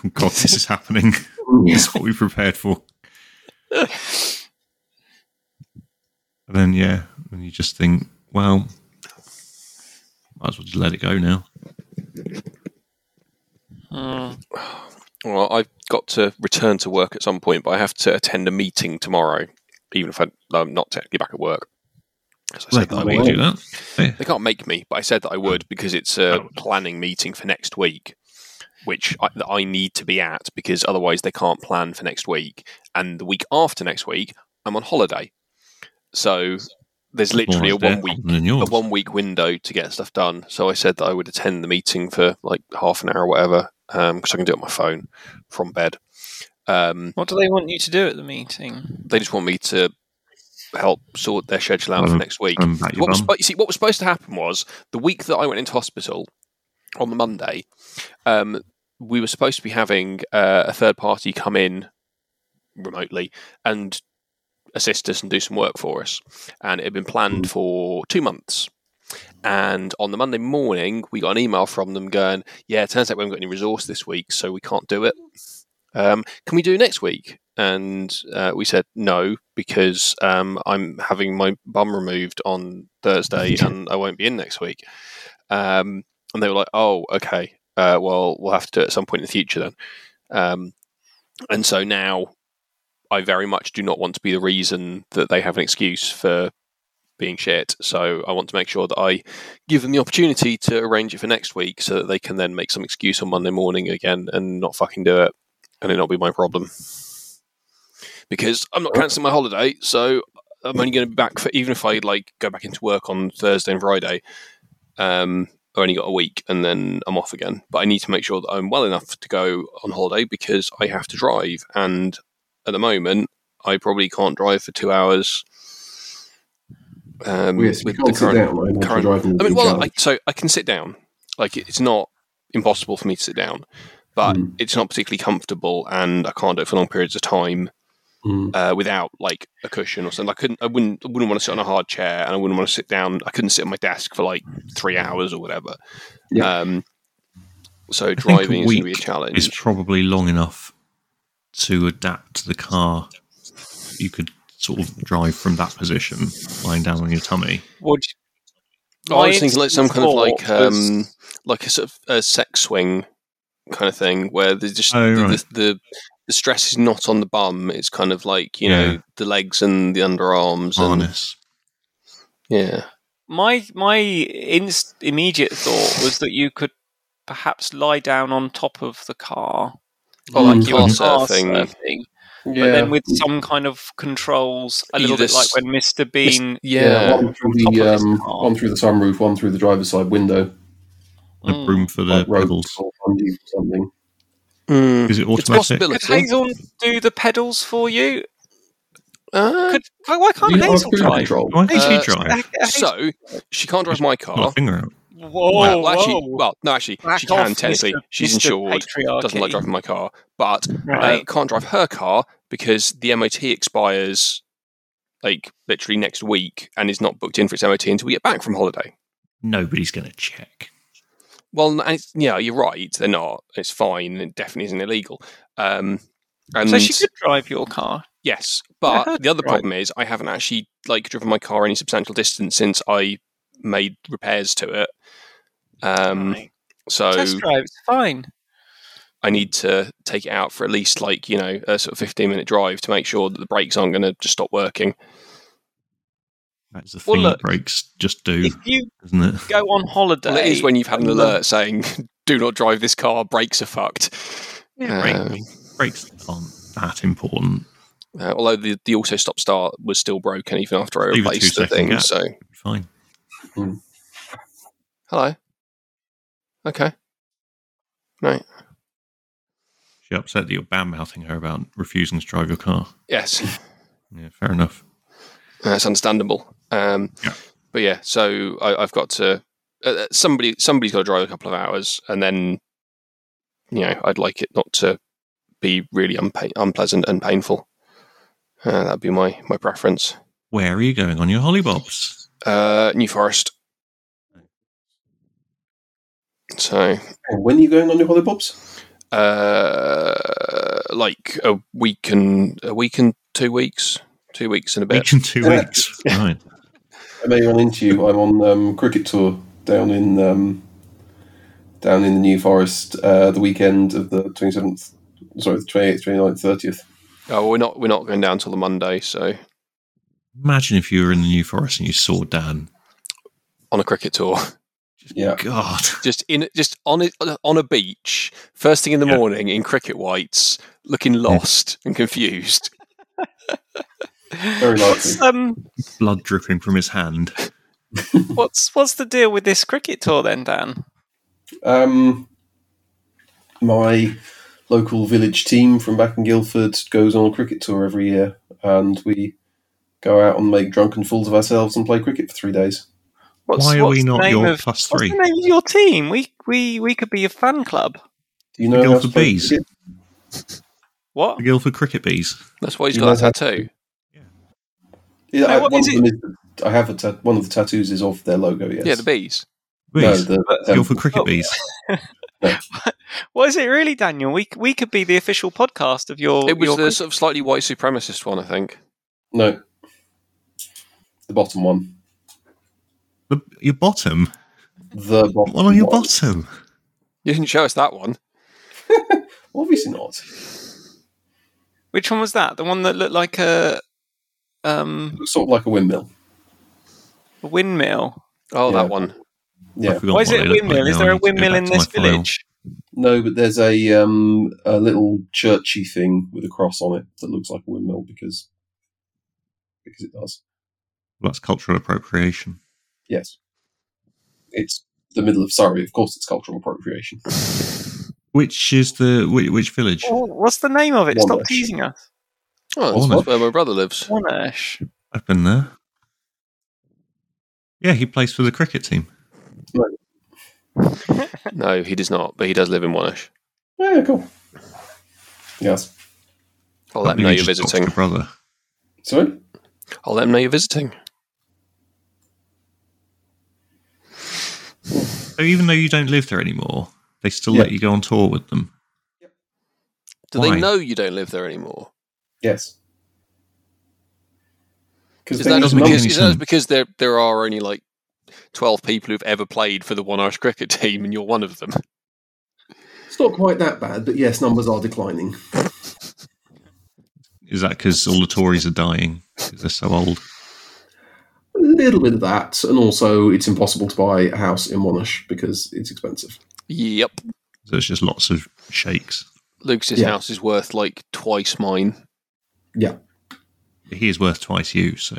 oh God, this is happening. <laughs> It's what we prepared for. And then, yeah, and you just think, well, might as well just let it go now. Hmm. Well, I've got to return to work at some point, but I have to attend a meeting tomorrow, even if I, I'm not technically back at work. 'Cause I They said that I can't would. make you do that. They can't make me, but I said that I would because it's a planning meeting for next week, which I, that I need to be at because otherwise they can't plan for next week. And the week after next week, I'm on holiday. So there's literally a More their one week problem than yours. a one week window to get stuff done. So I said that I would attend the meeting for like half an hour or whatever, because I can do it on my phone from bed. Um, What do they want you to do at the meeting? they just want me to help sort their schedule out for Um, next week. Um, back your What was, bum. spo- you see, what was supposed to happen was the week that I went into hospital on the Monday, um, we were supposed to be having uh, a third party come in remotely and assist us and do some work for us. And it had been planned for two months. And on the Monday morning, we got an email from them going, Yeah, it turns out we haven't got any resource this week, so we can't do it. Um, can we do next week? And uh, we said no because um, I'm having my bum removed on Thursday and I won't be in next week. Um, and they were like, "Oh, okay. Uh, well, we'll have to do it at some point in the future then." Um, and so now, I very much do not want to be the reason that they have an excuse for being shit. So I want to make sure that I give them the opportunity to arrange it for next week, so that they can then make some excuse on Monday morning again and not fucking do it, and it not be my problem. Because I'm not cancelling my holiday, so I'm only going to be back for even if I like go back into work on Thursday and Friday. Um, I only got a week and then I'm off again. But I need to make sure that I'm well enough to go on holiday because I have to drive. And at the moment, I probably can't drive for two hours. Um, Well, yes, we with can't the sit current, down. I, current- driving I mean, well, I, so I can sit down. Like it- it's not impossible for me to sit down, but Mm. it's not particularly comfortable, and I can't do it for long periods of time uh, without like a cushion or something. I couldn't, I wouldn't, I wouldn't want to sit on a hard chair, and I wouldn't want to sit down. I couldn't sit at my desk for like three hours or whatever. Yeah. Um, so think a driving is going to be a week challenge. It's probably long enough to adapt to the car. You could sort of drive from that position, lying down on your tummy. Would Oh, I was thinking like some kind of like um, like a sort of a sex swing kind of thing where there's just Oh, the, right. the, the the stress is not on the bum. It's kind of like you Yeah. know the legs and the underarms and Harness. yeah. my my inst- immediate thought was that you could perhaps lie down on top of the car, Oh, Mm. like you Car are surfing. surfing, yeah. but then with some kind of controls, a little Either bit like s- when Mr. Bean. uh, yeah, Yeah. one through Top of the his um, car. one through the sunroof, one through the driver's side window, The Mm. room for the like road pedals. or bungee or something. Mm. Is it It's a automatic? Could possibility. Hazel do the pedals for you? Uh, Could why- why can't Do you have Hazel cruise drive? control? Why can't Uh, you drive? Ha- Hazel- so she can't drive my Got a car. finger out. whoa, well, actually, whoa. well, no, actually, Back she can off, technically. Mr. She's Mr. insured. Patriarchy. Doesn't like driving my car, but I Right. Uh, can't drive her car because the MOT expires like literally next week and is not booked in for its MOT until we get back from holiday. Nobody's going to check. Well, and it's, yeah, you're right. They're not. It's fine. It definitely isn't illegal. Um, and so she could drive your car. yes, But the other Right. problem is I haven't actually like driven my car any substantial distance since I made repairs to it. Um, Right. so Test drive, it's fine. I need to take it out for at least like you know a sort of fifteen minute drive to make sure that the brakes aren't going to just stop working. That's the Well, thing look- that brakes just do, If you isn't it? go on holiday, Well, it is when you've had an Well, alert saying <laughs> "Do not drive this car. Brakes are fucked." brakes- Um, Brakes aren't that important. uh, although the, the auto stop start was still broken even after I Leave a replaced the two-second thing. gap. So Fine. hello, okay, She upset that you're bad mouthing her about refusing to drive your car. yes. Yeah, fair enough. That's understandable. Um, Yeah. But yeah, so I, I've got to uh, somebody. Somebody's got to drive a couple of hours, and then you know I'd like it not to be really unpa- unpleasant and painful. Uh, that'd be my my preference. Where are you going on your hollybobs? Uh, New Forest. So, And Oh, when are you going on your hollypops? uh, like a week and a week and two weeks, two weeks and a bit. Week in two Yeah. weeks. Right. I may run into you. I'm on um, cricket tour down in um, down in the New Forest uh, the weekend of the 27th, sorry, the 28th, 29th, 30th. Oh, we're not we're not going down till the Monday. So Imagine if you were in the New Forest and you saw Dan. on a cricket tour. <laughs> Yeah, God. just in just on a, on a beach first thing in the Yeah. morning in cricket whites looking lost and confused very likely. what's, um, Blood dripping from his hand. what's what's the deal with this cricket tour then, Dan? Um, my local village team from back in Guildford goes on a cricket tour every year, and we go out and make drunken fools of ourselves and play cricket for three days. What's, Why are what's we the not name your of, plus What's three? the name of your team? We we we could be a fan club. Do you know Guildford how to play Bees. cricket? What? The Guildford Cricket Bees. that's why he's You got must that have- tattoo Yeah, Now, I, what one is of them is, I have a ta- one of the tattoos is of their logo. Yes. yeah the bees No, Bees. the, But- um, Guildford Cricket Oh. Bees. What is it really, Daniel? We we could be the official podcast of your. it was your the sort of slightly white supremacist one i think no, the bottom one. The, your bottom. The bottom What on your one. bottom? you didn't show us that one Obviously not. which one was that? The one that looked like a um Looks sort of like a windmill. a windmill. oh Yeah. that one Yeah. I've forgotten Why is what it they a look like windmill? now. is I there a need to go windmill back in to my this file. village? No, but there's a um, a little churchy thing with a cross on it that looks like a windmill because because it does. Well, that's cultural appropriation. Yes, it's the middle of Surrey. Of course, it's cultural appropriation. Which is the which, which village? Oh, what's the name of it? Stop Monash. teasing us. oh that's Bournemouth. where my brother lives Monash. I've been there. Yeah, he plays for the cricket team. no he does not but he does live in Monash Yeah, cool. Yes. i'll let him You know you're just talked to visiting Your brother. So i'll let him know you're visiting So even though you don't live there anymore, they still Yeah. let you go on tour with them. do Why? they know you don't live there anymore yes, because is that, just doesn't make because, any is that just sense. because there there are only like 12 people who've ever played for the one Irish cricket team and you're one of them it's not quite that bad, but yes, numbers are declining. Is that because all the Tories are dying because they're so old? A little bit of that, and also it's impossible to buy a house in Monash because it's expensive. yep So it's just lots of shakes. Luke's Yeah. house is worth like twice mine. He is worth twice you, so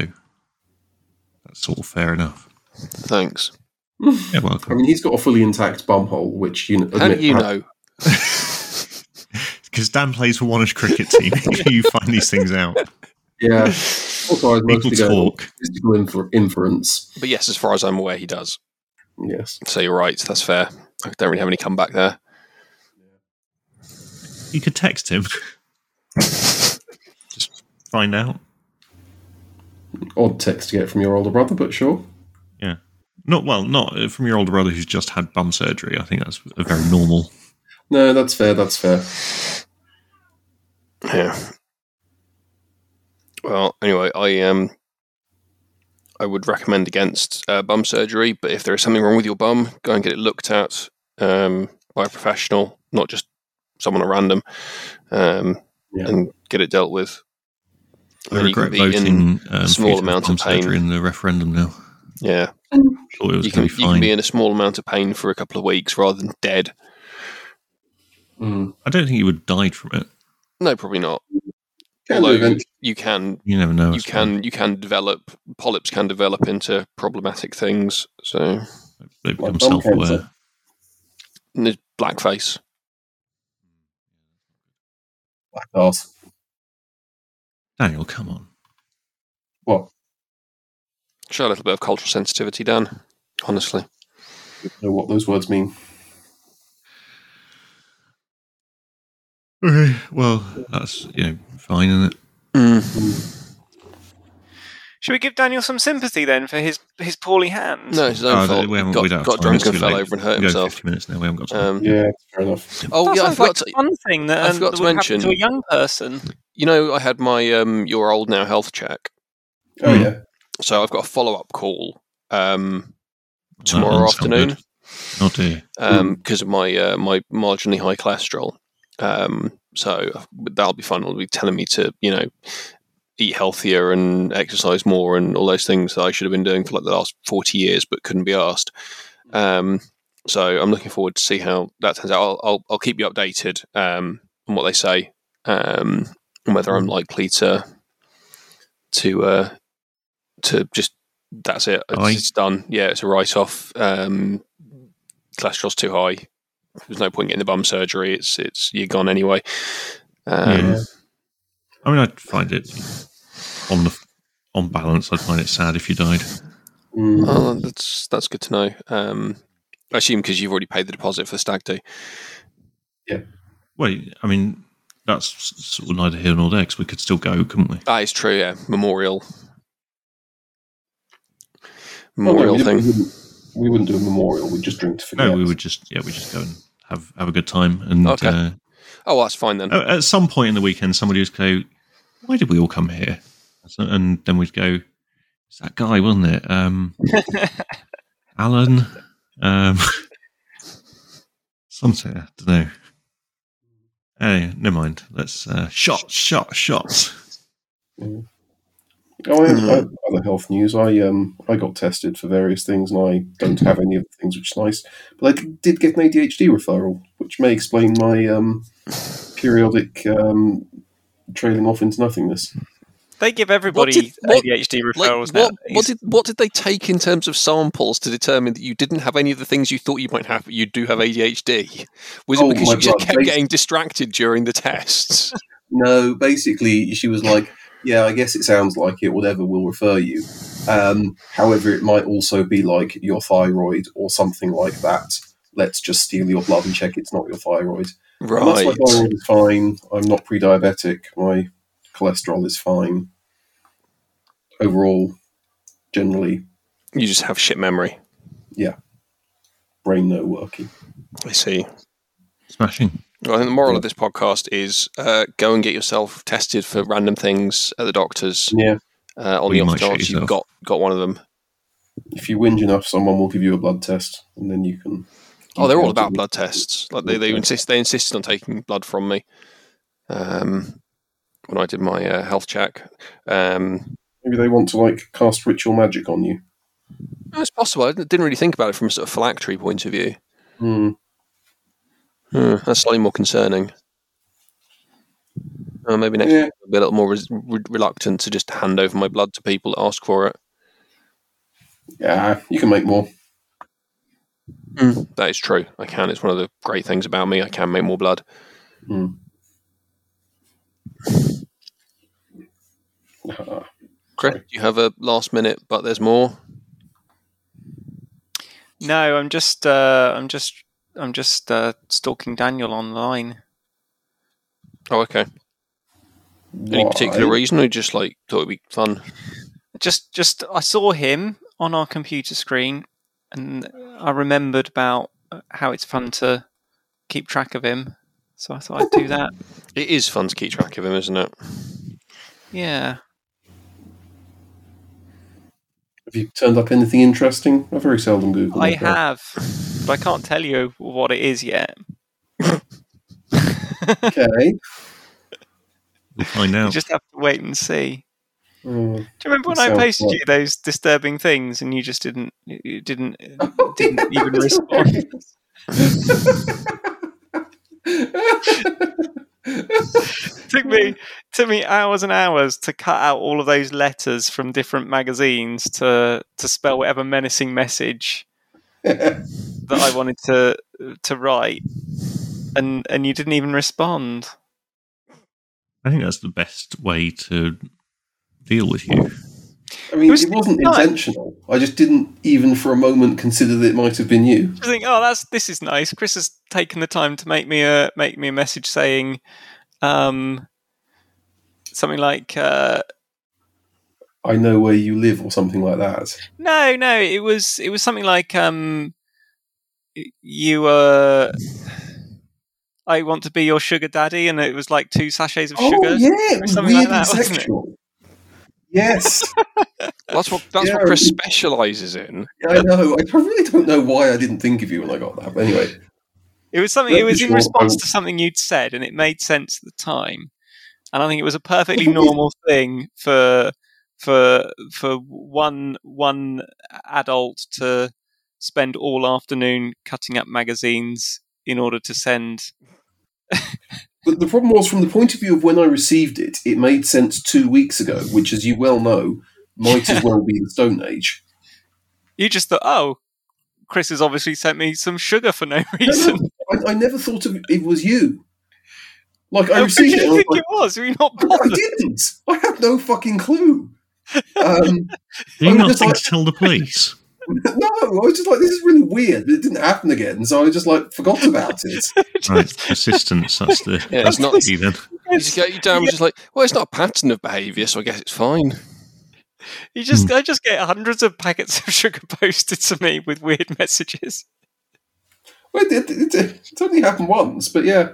that's sort of fair enough. Thanks. Yeah, I welcome. mean, he's got a fully intact bum hole, which you know, How do you perhaps- know? Because Dan plays for Wannish cricket team. <laughs> you find these things out. <laughs> Yeah. Also, I was People mostly going on talk. statistical infer- inference. But yes, as far as I'm aware, he does. Yes. So you're right. That's fair. I don't really have any comeback there. You could text him. just find out. Odd text to get from your older brother, but sure. Yeah. Not well, not uh, from your older brother who's just had bum surgery. I think that's a very normal. No, that's fair. That's fair. Yeah. Well, anyway, I um, I would recommend against uh, bum surgery, but if there is something wrong with your bum, go and get it looked at um, by a professional, not just someone at random, um, Yeah. and get it dealt with. I And you can regret be in voting um, small future amounts bomb of pain. surgery in the referendum now. Yeah, Thought it was you can, you going to be can fine. be in a small amount of pain for a couple of weeks rather than dead. Mm. I don't think you would have died from it. No, probably not. Can do Although eventually. you can You never know. I you suppose. can you can develop polyps can develop into problematic things. So They Like become bum self-aware. cancer. and there's blackface. Black arse. Daniel, come on. What? Show a little bit of cultural sensitivity, Dan. Honestly, I know what those words mean. Okay, well, that's you know fine, isn't it? Mm. Should we give Daniel some sympathy then for his his poorly hand? no, it's his own Oh, fault. we haven't. got we don't have got time. drunk It's and too fell late. over and hurt we go himself. fifty minutes now. We haven't got time. Um, Yeah, fair enough. Oh That yeah, I sounds like forgot. To, one thing that, I um, forgot that to would mention- happen to a young person. you know, I had my um, your old now health check, Oh Hmm. yeah. so I've got a follow up call um, That tomorrow doesn't sound afternoon. good. Oh dear. um, because of my uh, my marginally high cholesterol. Um, so that'll be fun. It'll be telling me to you know eat healthier and exercise more and all those things that I should have been doing for like the last forty years but couldn't be asked. Um, so I'm looking forward to see how that turns out. I'll I'll, I'll keep you updated um, on what they say um, and whether I'm likely to to uh, to just that's it. It's, Aye. it's done. Yeah, it's a write off. Um, cholesterol's too high. There's no point getting the bum surgery. It's it's you're gone anyway. Um, Yeah. I mean, I'd find it on the on balance. I'd find it sad if you died. Mm. well, that's that's good to know. Um, I assume because you've already paid the deposit for the stag do. Well, I mean, that's s- sort of neither here nor there 'cause we could still go, couldn't we? That is Ah, true. Yeah, memorial Oh, no, memorial we, thing. We wouldn't, we wouldn't do a memorial. We'd just drink to forget. No, we would just yeah, we just go and have have a good time. And Okay. uh, Oh, that's fine then. at at some point in the weekend, somebody was go, "Why did we all come here?" So, and then we'd go, "It's that guy, wasn't it?" Um, Alan, um, something I don't know. Anyway, never mind. Let's uh, shots, shots, shots. Oh, I have, Mhm. I have other health news. I um I got tested for various things, and I don't have any of the things, which is nice. But I d- did get an ADHD referral, which may explain my um periodic um trailing off into nothingness. They give everybody did- what- ADHD Like, referrals now. what, what did what did they take in terms of samples to determine that you didn't have any of the things you thought you might have, but you do have ADHD? Was it Oh, because my you just God, kept they- getting distracted during <laughs> the tests? No, basically, she was like, "Yeah, I guess it sounds like it. Whatever, we'll refer you. Um, however, it might also be like your thyroid or something like that. Let's just steal your blood and check it's not your thyroid." Right. Right. My thyroid is fine. I'm not pre-diabetic. My cholesterol is fine. Overall, generally, You just have shit memory. brain no working. I see. Smashing. Well, I think the moral of this podcast is uh, go and get yourself tested for random things at the doctor's Yeah. uh, on Or the you off might shit chance you've yourself. got, got one of them. If you whinge enough, someone will give you a blood test, and then you can. Oh, they're all about keep blood tests. Like they, they Okay. insist they insisted on taking blood from me um, when I did my uh, health check. Um, Maybe they want to like cast ritual magic on you. No, it's possible. I didn't really think about it from a sort of phylactery point of view. Hmm. Hmm, that's slightly more concerning. Uh, maybe next Yeah. time I'll be a little more res- re- reluctant to just hand over my blood to people that ask for it. Yeah, you can make more. That is true. I can. It's one of the great things about me. I can make more blood. Ah, Chris, do you have a last minute, but there's more? No, I'm just uh, I'm just I'm just uh, stalking Daniel online. Oh, okay. Any particular why? reason or you just like thought it'd be fun? Just just I saw him on our computer screen, and I remembered about uh, how it's fun to keep track of him. So I thought I'd do that. It is fun to keep track of him, isn't it? Yeah. Have you turned up anything interesting? I very seldom Google. I like that. have, but I can't tell you what it is yet. Okay. We'll find You out. just have to wait and see. Uh, Do you remember when That I sounds posted right. you those disturbing things and you just didn't you didn't uh, Oh, <laughs> didn't <laughs> yeah, even that's respond? <laughs> took me took me hours and hours to cut out all of those letters from different magazines to to spell whatever menacing message that I wanted to to write, and and you didn't even respond. I think that's the best way to deal with you. I mean, It was- it wasn't no. intentional. I just didn't even for a moment consider that it might have been you. I think, oh, that's this is nice. Chris has taken the time to make me a make me a message saying, um, something like, uh, I know where you live, or something like that. no, no, it was it was something like, um, y- you were. I want to be your sugar daddy, and it was like two sachets of Oh sugar. yeah, it was something like weirdly that, wasn't it? sexual. Yes, That's what that's Yeah. what Chris specialises in. I know. I really don't know why I didn't think of you when I got that. But anyway, It was something. Let It me was in draw response on- to something you'd said, and it made sense at the time. And I think it was <laughs> a perfectly normal thing for for for one one adult to spend all afternoon cutting up magazines in order to send. But the problem was, from the point of view of when I received it, it made sense two weeks ago, which, as you well know, might <laughs> as well be the Stone Age. You just thought, oh, Chris has obviously sent me some sugar for no <laughs> reason. I, I never thought of, it was you. Like, I Who did received it. you And I, was think it was? Were you like, not I <laughs> bothered? didn't. I had no fucking clue. Um, <laughs> Do you I'm not just think like- to tell the police? no, I was just like, this is really weird, but it didn't happen again. So I just like forgot about it. right, persistence. That's the Yeah, that's it's not- the key then. You <laughs> just get you down, just like, well, it's not a pattern of behaviour, so I guess it's fine. <laughs> You just, Hmm. I just get hundreds of packets of <laughs> sugar posted to me with weird <laughs> messages. Well, it, it, it, it only happened once, but yeah,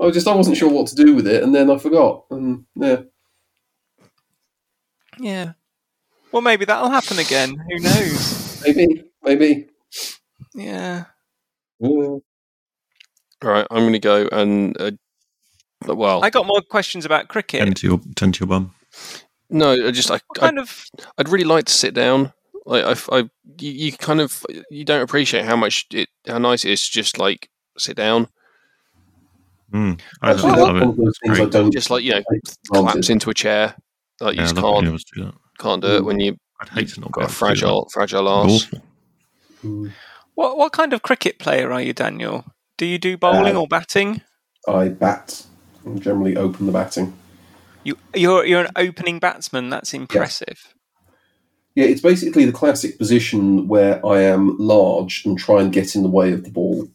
I was just I wasn't sure what to do with it, and then I forgot, and yeah. Yeah. Well, maybe that'll happen again. Who knows? Maybe, maybe. Yeah. Yeah. All right, I'm going to go and uh, well, I got more questions about cricket. Tend to your tend to your bum. no, I just I, what I kind of? I'd really like to sit down. Like I, I you, you kind of you don't appreciate how much it how nice it is to just like sit down, Mm, I Actually, don't that's love one it. of those things I Great. don't just like you know, take for collapse granted. into a chair. Like you Yeah, I just love can't being able to do that. can't do it when you I'd hate to not got be a able to do fragile fragile that. arse. Awful. Mm. What what kind of cricket player are you, Daniel? Do you do bowling Uh, or batting? I bat. I generally open the batting. You you're you're an opening batsman. That's impressive. Yeah, it's basically the classic position where I am large and try and get in the way of the ball.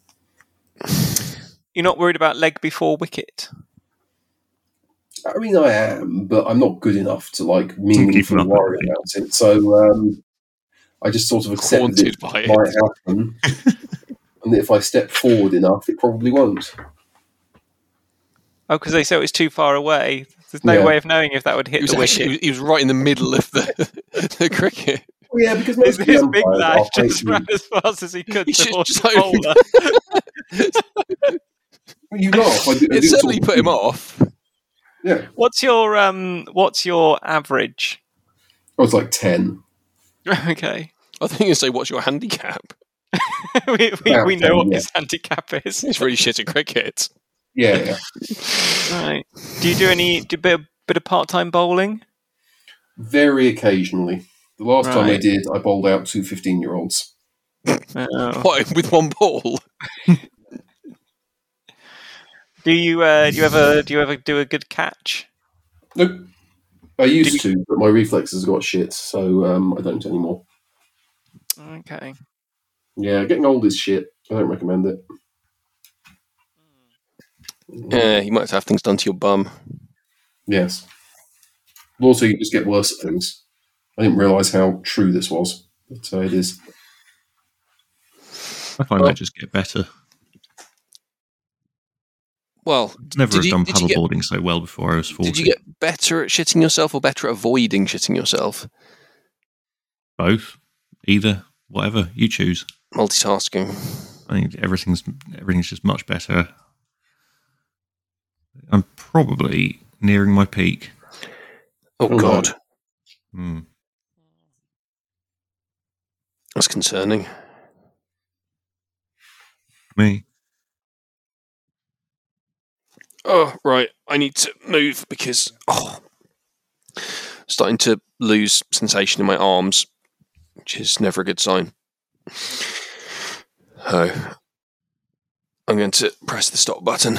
You're not worried about leg before wicket. I mean, I am, but I'm not good enough to like Keeping meaningfully up, worry okay. about it. So um, I just sort of accept that Haunted it by might it. happen, <laughs> and if I step forward enough, it probably won't. Oh, because they say it was too far away. There's no Yeah. way of knowing if that would He hit was, <laughs> the actually, he wicket. was- he was right in the middle of the <laughs> the cricket. Well, yeah, <laughs> because This, most of the this big umpires are lad just basically- ran as fast as he <laughs> could He should towards just the open- bowler. You laugh. I do, I It do sort certainly of- <laughs> put him off. Yeah, What's your um? What's your average? <laughs> I was like ten. Okay, <laughs> I think you say, "What's your handicap?" <laughs> we, we, About we know 10, what yeah. his handicap <laughs> is. It's really shit at cricket. Yeah, yeah. Right. Do you do any do a bit of, bit of part time bowling? Very occasionally. The last time I Right. did, I bowled out two 15 year olds. Oh. What with one ball? Do you uh, do you ever do you ever do a good catch? Nope. I used to, but my reflexes got shit, so um, I don't anymore. Okay. Yeah, getting old is shit. I don't recommend it. Yeah, Uh, you might have things done to your bum. Yes. Also, you just get worse at things. I didn't realise how true this was, but uh, it is. I find Well- I just get better. Well, Never Did have you- done did you get- paddleboarding so well before I was forty. Did you get better at shitting yourself or better at avoiding shitting yourself? both, either, whatever you choose. Multitasking. I think everything's everything's just much better. I'm probably nearing my peak. Oh, Oh, God. no. Hmm. That's concerning. Me, Oh, right. I need to move because, oh, starting to lose sensation in my arms, which is never a good sign. Oh. I'm going to press the stop button.